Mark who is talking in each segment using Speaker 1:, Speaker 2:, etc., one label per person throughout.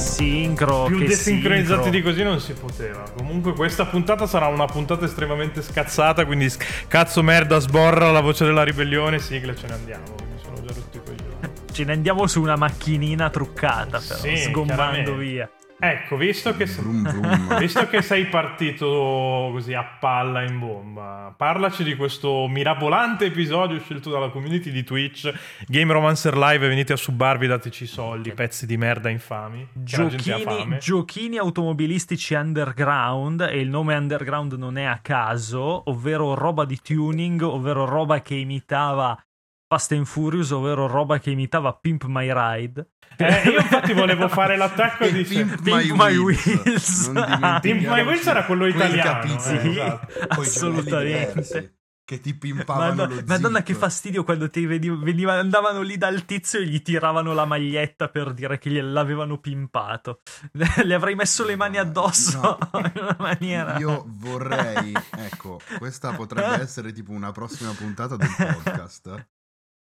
Speaker 1: sincro
Speaker 2: Più
Speaker 1: che
Speaker 2: desincronizzati
Speaker 1: sincro.
Speaker 2: di così non si poteva. Comunque questa puntata sarà una puntata estremamente scazzata, quindi sc- cazzo merda sborra la voce della ribellione, sigla ce ne andiamo. Mi sono già rotti i coglioni.
Speaker 1: Ce ne andiamo su una macchinina truccata, però,
Speaker 2: Sì,
Speaker 1: sgombando
Speaker 2: chiaramente.
Speaker 1: via.
Speaker 2: Ecco, visto che, se-
Speaker 3: Vroom, vroom.
Speaker 2: visto che sei partito così a palla in bomba, parlaci di questo mirabolante episodio scelto dalla community di Twitch, Game Romancer Live, venite a subarvi, dateci i soldi, pezzi di merda infami. che la gente ha
Speaker 1: Giochini,
Speaker 2: fame.
Speaker 1: giochini automobilistici underground e il nome underground non è a caso, ovvero roba di tuning, ovvero roba che imitava Fast and Furious, ovvero roba che imitava Pimp My Ride.
Speaker 2: Eh, io infatti volevo fare l'attacco
Speaker 3: E
Speaker 2: di...
Speaker 3: Pimp
Speaker 1: Pimp My Wheels.
Speaker 3: Non dimentichiamoci
Speaker 2: Pimp My Wheels era quello
Speaker 3: quel
Speaker 2: italiano,
Speaker 3: capitolo.
Speaker 2: eh, esatto.
Speaker 3: Poi c'erano
Speaker 1: assolutamente.
Speaker 3: quelli diversi Che ti pimpavano
Speaker 1: Madonna,
Speaker 3: lo zip.
Speaker 1: Madonna che fastidio quando ti vedi- veniva- andavano lì dal tizio e gli tiravano la maglietta per dire che gliel'avevano pimpato. Le avrei messo le mani addosso
Speaker 3: No.
Speaker 1: in una maniera.
Speaker 3: Io vorrei, ecco, questa potrebbe essere tipo una prossima puntata del podcast.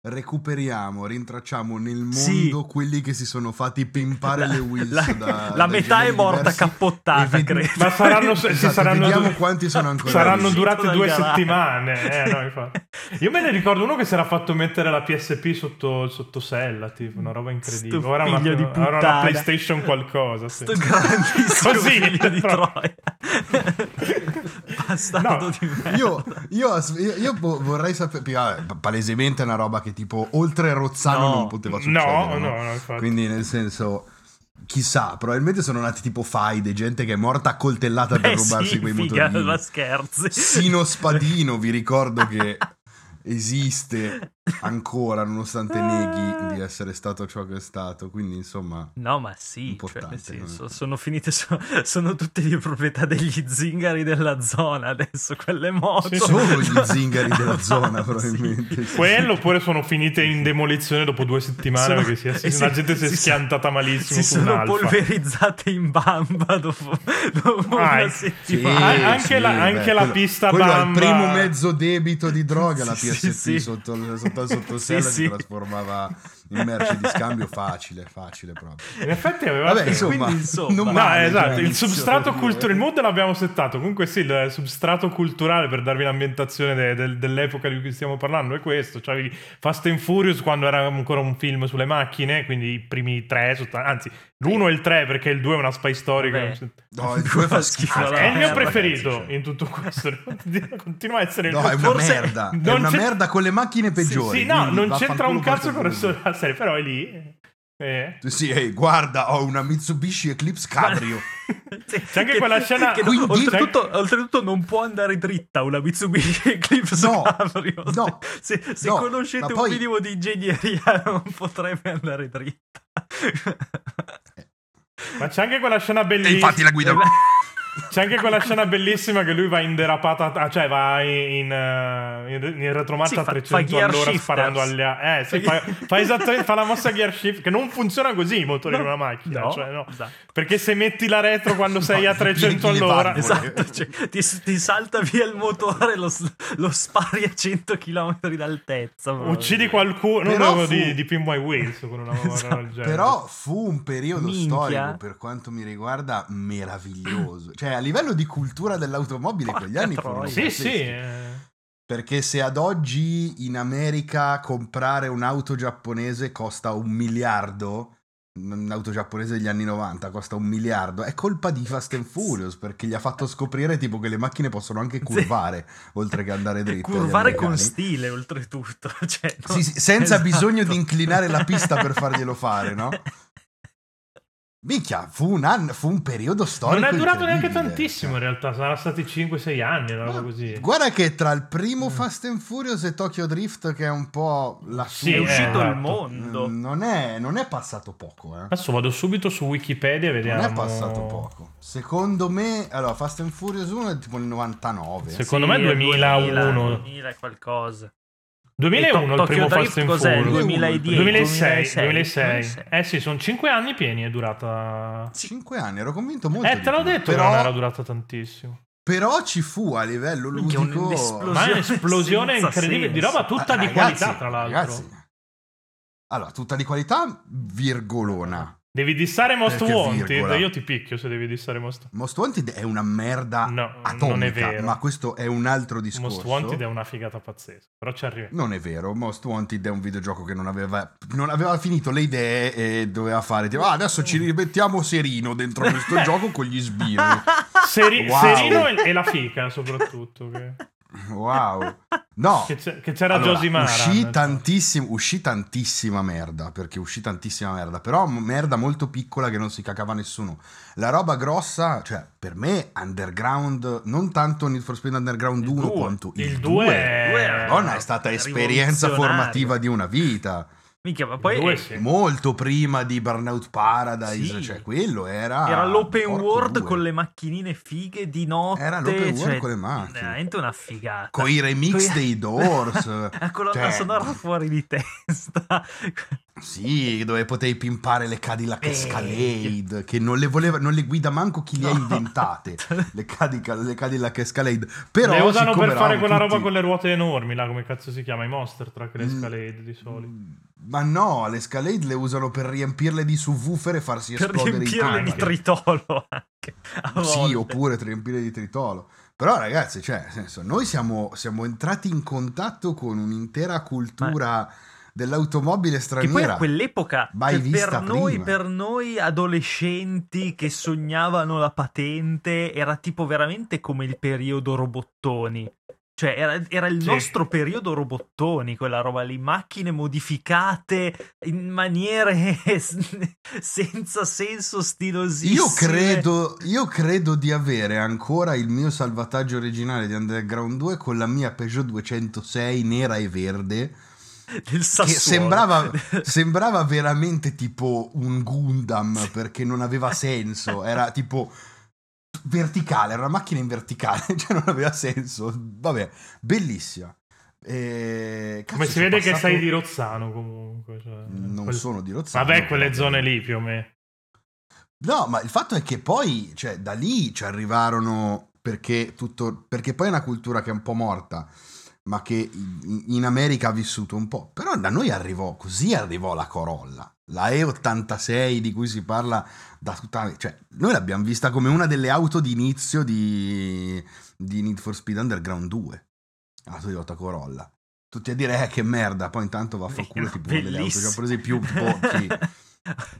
Speaker 3: Recuperiamo, rintracciamo nel mondo
Speaker 1: Sì.
Speaker 3: quelli che si sono fatti pimpare le Wills.
Speaker 1: la,
Speaker 3: da-
Speaker 1: la
Speaker 3: da
Speaker 1: metà è
Speaker 3: generi
Speaker 1: morta
Speaker 3: diversi e
Speaker 1: cappottata,
Speaker 3: vedi-
Speaker 1: credo.
Speaker 2: Ma saranno, se-
Speaker 3: Esatto,
Speaker 2: sì, saranno,
Speaker 3: vediamo
Speaker 2: du-
Speaker 3: quanti sono ancora
Speaker 2: saranno
Speaker 3: vivi.
Speaker 2: durate
Speaker 1: Dal
Speaker 2: due
Speaker 1: garage.
Speaker 2: settimane. Eh, no, infatti. Io me ne ricordo uno che si era fatto mettere la PSP sotto il sottosella, tipo una roba incredibile.
Speaker 1: Sto
Speaker 2: Ora una,
Speaker 1: figlio di
Speaker 2: ora una
Speaker 1: puttana.
Speaker 2: PlayStation qualcosa. sì.
Speaker 1: Sto grandissimo
Speaker 2: Così,
Speaker 1: figlio di
Speaker 2: però.
Speaker 1: Troia. Bastardo
Speaker 2: No,
Speaker 1: di merda.
Speaker 3: Io, io as- io- io vo- vorrei sapere. vabbè, p- Palesemente è una roba che tipo oltre Rozzano
Speaker 1: No.
Speaker 3: non poteva succedere.
Speaker 2: No, no, no, infatti.
Speaker 3: Quindi nel senso, chissà, probabilmente sono nati tipo faide, gente che è morta accoltellata per
Speaker 1: Eh sì,
Speaker 3: rubarsi quei
Speaker 1: figa,
Speaker 3: motorini.
Speaker 1: ma scherzi.
Speaker 3: Sino Spadino, vi ricordo che esiste ancora, nonostante
Speaker 1: Ah.
Speaker 3: neghi di essere stato ciò che è stato. Quindi insomma...
Speaker 1: No, ma sì, cioè,
Speaker 3: Importante,
Speaker 1: nel senso,
Speaker 3: come-
Speaker 1: sono finite, so- sono tutte di proprietà degli zingari della zona adesso, quelle moto.
Speaker 2: Sì,
Speaker 3: Solo gli zingari della zona,
Speaker 1: Sì.
Speaker 3: probabilmente. sì.
Speaker 2: Quello oppure sono finite in demolizione dopo due settimane
Speaker 1: Sono- Eh,
Speaker 2: perché si è-
Speaker 1: e
Speaker 2: la
Speaker 1: si-
Speaker 2: gente si è
Speaker 1: si sono-
Speaker 2: schiantata malissimo
Speaker 1: Si
Speaker 2: su un
Speaker 1: sono
Speaker 2: alfa.
Speaker 1: polverizzate in bamba dopo, dopo
Speaker 2: Ah,
Speaker 1: una
Speaker 2: ecco.
Speaker 3: Sì,
Speaker 1: settimana.
Speaker 2: An- anche
Speaker 3: sì,
Speaker 2: la- anche la pista
Speaker 3: quello è il
Speaker 2: bamba.
Speaker 3: primo mezzo debito di droga la
Speaker 1: Sì,
Speaker 3: PSP
Speaker 1: sì, sì.
Speaker 3: sotto, il- sotto il sottosella
Speaker 1: Sì,
Speaker 3: si
Speaker 1: sì.
Speaker 3: trasformava in merce di scambio facile, facile proprio.
Speaker 2: In effetti aveva
Speaker 3: Vabbè,
Speaker 2: senso.
Speaker 3: insomma,
Speaker 1: quindi, insomma.
Speaker 3: non
Speaker 1: No,
Speaker 2: No,
Speaker 3: male,
Speaker 2: esatto,
Speaker 3: cioè,
Speaker 2: il
Speaker 3: inizio
Speaker 2: substrato
Speaker 3: per
Speaker 2: culturale, il
Speaker 3: dire.
Speaker 2: mood l'abbiamo settato, comunque sì, il substrato culturale per darvi l'ambientazione de- del- dell'epoca di cui stiamo parlando è questo, cioè avevi Fast and Furious quando era ancora un film sulle macchine, quindi i primi tre, sotto- anzi l'uno e il tre perché il due è una spy story che
Speaker 1: Vabbè.
Speaker 2: non sento-
Speaker 3: No, il due fa schifo.
Speaker 1: Schifo,
Speaker 2: Ah, è il mio
Speaker 1: Eh,
Speaker 2: preferito
Speaker 3: ragazzi, cioè.
Speaker 2: in tutto questo, devo dire, continua a essere il
Speaker 3: No, è una
Speaker 1: Forse-
Speaker 3: merda. È
Speaker 2: Eh, non
Speaker 3: una
Speaker 2: c'è-
Speaker 3: merda con le macchine peggiori.
Speaker 2: Sì, no,
Speaker 3: quindi
Speaker 2: non
Speaker 3: vaffanculo
Speaker 2: c'entra un cazzo
Speaker 3: porca
Speaker 2: con il resto
Speaker 3: puttana.
Speaker 2: della serie, però è lì. Eh.
Speaker 3: Sì, ehi, guarda, ho una Mitsubishi Eclipse Cabrio.
Speaker 1: Sì,
Speaker 2: C'è anche quella scena-
Speaker 1: che no,
Speaker 3: Quindi-
Speaker 1: oltretutto, oltretutto non può andare dritta una Mitsubishi Eclipse
Speaker 3: No,
Speaker 1: Cabrio.
Speaker 3: no,
Speaker 1: se, se
Speaker 3: no,
Speaker 1: conoscete
Speaker 3: ma
Speaker 1: un
Speaker 3: poi-
Speaker 1: minimo di ingegneria non potrebbe andare dritta.
Speaker 2: Ma c'è anche quella scena
Speaker 3: e
Speaker 2: bellissima.
Speaker 3: infatti la guida...
Speaker 2: C'è anche quella scena bellissima che lui va in derapata, ah, cioè va in, eh, in, in retromarcia
Speaker 1: Sì,
Speaker 2: a
Speaker 1: fa-
Speaker 2: 300
Speaker 1: fa gear
Speaker 2: all'ora
Speaker 1: shifters.
Speaker 2: sparando agli a- Eh, sì, fa, fa esattamente fa la mossa gear shift che non funziona così i motori in una macchina,
Speaker 1: No,
Speaker 2: cioè, no.
Speaker 1: esatto.
Speaker 2: Perché se metti la retro quando sei a
Speaker 3: No,
Speaker 2: 300
Speaker 3: pieghi le
Speaker 2: all'ora,
Speaker 3: valvole.
Speaker 1: Esatto, cioè, ti, ti salta via il motore, lo, s- lo spari a 100 km d'altezza. proprio.
Speaker 2: uccidi qualcuno
Speaker 3: Però
Speaker 2: no, no,
Speaker 3: fu-
Speaker 2: di, di Pin My Wheels con una mano
Speaker 1: Esatto.
Speaker 2: del genere.
Speaker 3: Però fu un periodo
Speaker 1: Minchia.
Speaker 3: storico, per quanto mi riguarda, meraviglioso. Cioè, a livello di cultura dell'automobile,
Speaker 1: Porca
Speaker 3: quegli anni
Speaker 1: troia.
Speaker 3: furono
Speaker 2: sì,
Speaker 3: pazzeschi.
Speaker 2: sì, eh.
Speaker 3: Perché se ad oggi in America comprare un'auto giapponese costa un miliardo, un'auto giapponese degli anni 90 costa un miliardo, è colpa di Fast and Furious perché gli ha fatto scoprire tipo che le macchine possono anche curvare, oltre che andare dritte. agli
Speaker 1: Curvare con
Speaker 3: americani.
Speaker 1: stile, oltretutto. Cioè, no-
Speaker 3: Sì, sì, senza
Speaker 1: Esatto.
Speaker 3: bisogno di inclinare la pista per farglielo fare, no? Minchia, fu un, anno, fu un periodo storico.
Speaker 2: non è durato neanche
Speaker 3: incredibile.
Speaker 2: tantissimo in realtà, saranno stati 5-6 anni, una roba così.
Speaker 3: Guarda che tra il
Speaker 2: Mm.
Speaker 3: primo Fast and Furious e Tokyo Drift, che è un po' la
Speaker 2: Sì,
Speaker 1: è
Speaker 3: sua-
Speaker 2: eh,
Speaker 1: uscito
Speaker 2: esatto.
Speaker 1: il mondo.
Speaker 3: Mm, Non è, non è passato poco, eh.
Speaker 2: Adesso vado subito su Wikipedia e vediamo.
Speaker 3: Non è passato poco. Secondo me, allora, Fast and Furious 1 è tipo il 99.
Speaker 2: Secondo me
Speaker 1: Sì,
Speaker 2: 2001.
Speaker 1: 2000 e qualcosa.
Speaker 2: 2001
Speaker 1: E to-
Speaker 2: il primo
Speaker 1: Tokyo Drift
Speaker 2: Fast and
Speaker 1: cos'è?
Speaker 2: Furious.
Speaker 1: 2010,
Speaker 2: 2006,
Speaker 1: 2006.
Speaker 2: Eh sì, sono 5 anni pieni è durata.
Speaker 3: 5 anni, ero convinto molto.
Speaker 2: Eh,
Speaker 3: di
Speaker 2: te l'ho
Speaker 3: più.
Speaker 2: detto che
Speaker 3: però,
Speaker 2: non era durata tantissimo.
Speaker 3: però ci fu a livello
Speaker 1: Minchia,
Speaker 3: ludico
Speaker 1: un'esplosione.
Speaker 2: Ma è un'esplosione
Speaker 1: senza
Speaker 2: incredibile di
Speaker 1: senso.
Speaker 2: roba tutta
Speaker 3: Ah,
Speaker 2: di
Speaker 3: ragazzi,
Speaker 2: qualità, tra l'altro.
Speaker 3: ragazzi. Allora, tutta di qualità, virgolona.
Speaker 2: Devi dissare Most
Speaker 3: Perché
Speaker 2: Wanted.
Speaker 3: virgola.
Speaker 2: Io ti picchio se devi dissare Most
Speaker 3: Most Wanted è una merda
Speaker 2: No,
Speaker 3: atomica,
Speaker 2: Mm, non è vero.
Speaker 3: ma questo è un altro discorso.
Speaker 2: Most Wanted è una figata pazzesca. Però ci arriviamo.
Speaker 3: Non è vero, Most Wanted è un videogioco che non aveva, non aveva finito le idee e doveva fare, tipo, "Ah, adesso ci rimettiamo Serino dentro questo gioco con gli sbirri.
Speaker 2: Seri-
Speaker 3: Wow.
Speaker 2: Serino e, e la fica, soprattutto. Che,
Speaker 3: Wow. No.
Speaker 2: che c'è- che c'era
Speaker 3: Allora,
Speaker 2: Josimara.
Speaker 3: uscì, tantissimo- uscì tantissima merda, perché uscì tantissima merda, però m- merda molto piccola che non si cacava nessuno. La roba grossa, cioè per me Underground, non tanto Need for Speed Underground 1 quanto
Speaker 2: il
Speaker 3: il eh.
Speaker 2: 2
Speaker 3: 2.
Speaker 2: è...
Speaker 3: Madonna, è stata esperienza
Speaker 1: rivoluzionario.
Speaker 3: formativa di una vita.
Speaker 1: Minchia, ma
Speaker 2: Il
Speaker 1: poi
Speaker 2: due sì.
Speaker 3: Molto prima di Burnout Paradise,
Speaker 1: Sì.
Speaker 3: cioè quello era...
Speaker 1: era l'open
Speaker 3: porco
Speaker 1: world
Speaker 3: due.
Speaker 1: con le macchinine fighe di notte.
Speaker 3: Era l'open world
Speaker 1: cioè,
Speaker 3: con le macchine.
Speaker 1: Veramente una figata.
Speaker 3: Con i remix
Speaker 1: Coi-
Speaker 3: dei Doors.
Speaker 1: La colonna
Speaker 3: Cioè,
Speaker 1: sonora fuori di testa.
Speaker 3: Sì, dove potevi pimpare le Cadillac
Speaker 1: Eh.
Speaker 3: Escalade, che non le, voleva, non le guida manco chi le ha
Speaker 1: No.
Speaker 3: inventate, le, Cadillac, le Cadillac Escalade. Però,
Speaker 2: le usano
Speaker 3: siccome
Speaker 2: per fare
Speaker 3: eravamo
Speaker 2: quella roba
Speaker 3: tutti-
Speaker 2: con le ruote enormi, là, come cazzo si chiama? I Monster Truck, le
Speaker 3: Mm.
Speaker 2: Escalade di solito.
Speaker 3: Ma no, le Escalade le usano per riempirle di subwoofer e farsi
Speaker 1: per
Speaker 3: esplodere i
Speaker 1: riempirle di
Speaker 3: tank.
Speaker 1: tritolo anche. a
Speaker 3: Sì,
Speaker 1: volte.
Speaker 3: oppure per riempire di tritolo. Però ragazzi, cioè, nel senso, noi siamo, siamo entrati in contatto con un'intera cultura dell'automobile
Speaker 1: Che poi
Speaker 3: straniera.
Speaker 1: a quell'epoca
Speaker 3: Mai
Speaker 1: cioè,
Speaker 3: vista
Speaker 1: per, noi,
Speaker 3: prima.
Speaker 1: per noi adolescenti che sognavano la patente era tipo veramente come il periodo robottoni. Cioè era, era il
Speaker 2: Sì.
Speaker 1: nostro periodo robottoni, quella roba lì, macchine modificate in maniere senza senso, stilosissime.
Speaker 3: Io credo, io credo di avere ancora il mio salvataggio originale di Underground 2 con la mia Peugeot 206 nera e verde,
Speaker 1: del
Speaker 3: che
Speaker 1: Sassuolo.
Speaker 3: sembrava, sembrava veramente tipo un Gundam perché non aveva senso, era tipo verticale, era una macchina in verticale, cioè non aveva senso. Vabbè, bellissima. E...
Speaker 2: Come
Speaker 3: cazzo,
Speaker 2: si
Speaker 3: sono
Speaker 2: vede che
Speaker 3: passato- Mm,
Speaker 2: sei di Rozzano comunque. cioè,
Speaker 3: Non
Speaker 2: quel-
Speaker 3: sono di Rozzano.
Speaker 2: Vabbè, quelle
Speaker 3: però-
Speaker 2: zone lì più o meno.
Speaker 3: No, ma il fatto è che poi, cioè, da lì ci arrivarono perché tutto. Perché poi è una cultura che è un po' morta, ma che in, in America ha vissuto un po'. Però da noi arrivò, così arrivò la Corolla, la E86 di cui si parla da tutta. Cioè, noi l'abbiamo vista come una delle auto d'inizio di, di Need for Speed Underground 2, la Toyota Corolla. Tutti a dire, eh, che merda, poi intanto va a far culo tipo delle auto
Speaker 1: Bellissimo.
Speaker 3: giapponesi più tipo, sì,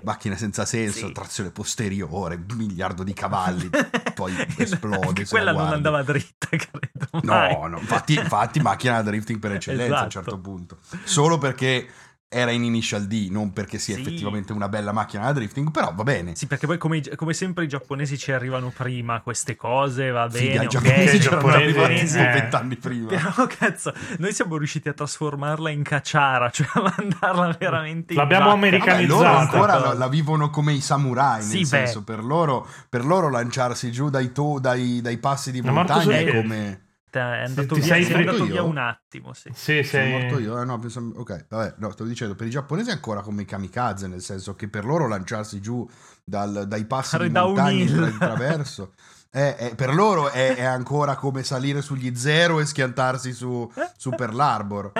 Speaker 3: macchina senza senso,
Speaker 1: Sì.
Speaker 3: trazione posteriore, un miliardo di cavalli. poi esplode,
Speaker 1: Anche
Speaker 3: se
Speaker 1: quella
Speaker 3: la
Speaker 1: non
Speaker 3: guardi.
Speaker 1: andava dritta, credo. mai.
Speaker 3: No, no, infatti, infatti macchina da drifting per eccellenza a un
Speaker 1: Esatto.
Speaker 3: certo punto. Solo perché era in Initial D, non perché sia
Speaker 1: Sì.
Speaker 3: effettivamente una bella macchina da drifting, però va bene.
Speaker 1: Sì, perché poi come, i- come sempre i giapponesi ci arrivano prima queste cose, va bene,
Speaker 3: Figa, i
Speaker 1: ok,
Speaker 3: giapponesi
Speaker 2: i
Speaker 3: c'erano
Speaker 2: giapponesi,
Speaker 3: arrivati
Speaker 2: eh.
Speaker 3: tipo vent'anni prima.
Speaker 1: Però Oh, cazzo, noi siamo riusciti a trasformarla in cacciara, cioè a mandarla veramente in
Speaker 2: L'abbiamo
Speaker 1: vacca. Ecco,
Speaker 2: americanizzata.
Speaker 3: Vabbè, loro ancora
Speaker 1: però.
Speaker 3: la, la vivono come i samurai, nel
Speaker 1: Sì, beh.
Speaker 3: senso, per loro, per loro lanciarsi giù dai, to- dai- dai passi di
Speaker 2: Ma Marco
Speaker 3: montagna è
Speaker 1: Soler-
Speaker 3: come...
Speaker 1: È andato
Speaker 2: Ti
Speaker 1: via, è
Speaker 2: sei
Speaker 1: andato
Speaker 3: fregato
Speaker 1: via
Speaker 3: io?
Speaker 1: un attimo, sì.
Speaker 2: Sì,
Speaker 3: Sono
Speaker 2: sei...
Speaker 3: morto io? Eh, no, penso- ok, vabbè, no, stavo dicendo, per i giapponesi è ancora come i kamikaze, nel senso che per loro lanciarsi giù dal- dai passi
Speaker 1: Fare
Speaker 3: di
Speaker 1: downhill.
Speaker 3: montagna tra- in traverso, è- è- per loro è, è ancora come salire sugli zero e schiantarsi su, su Pearl Harbor.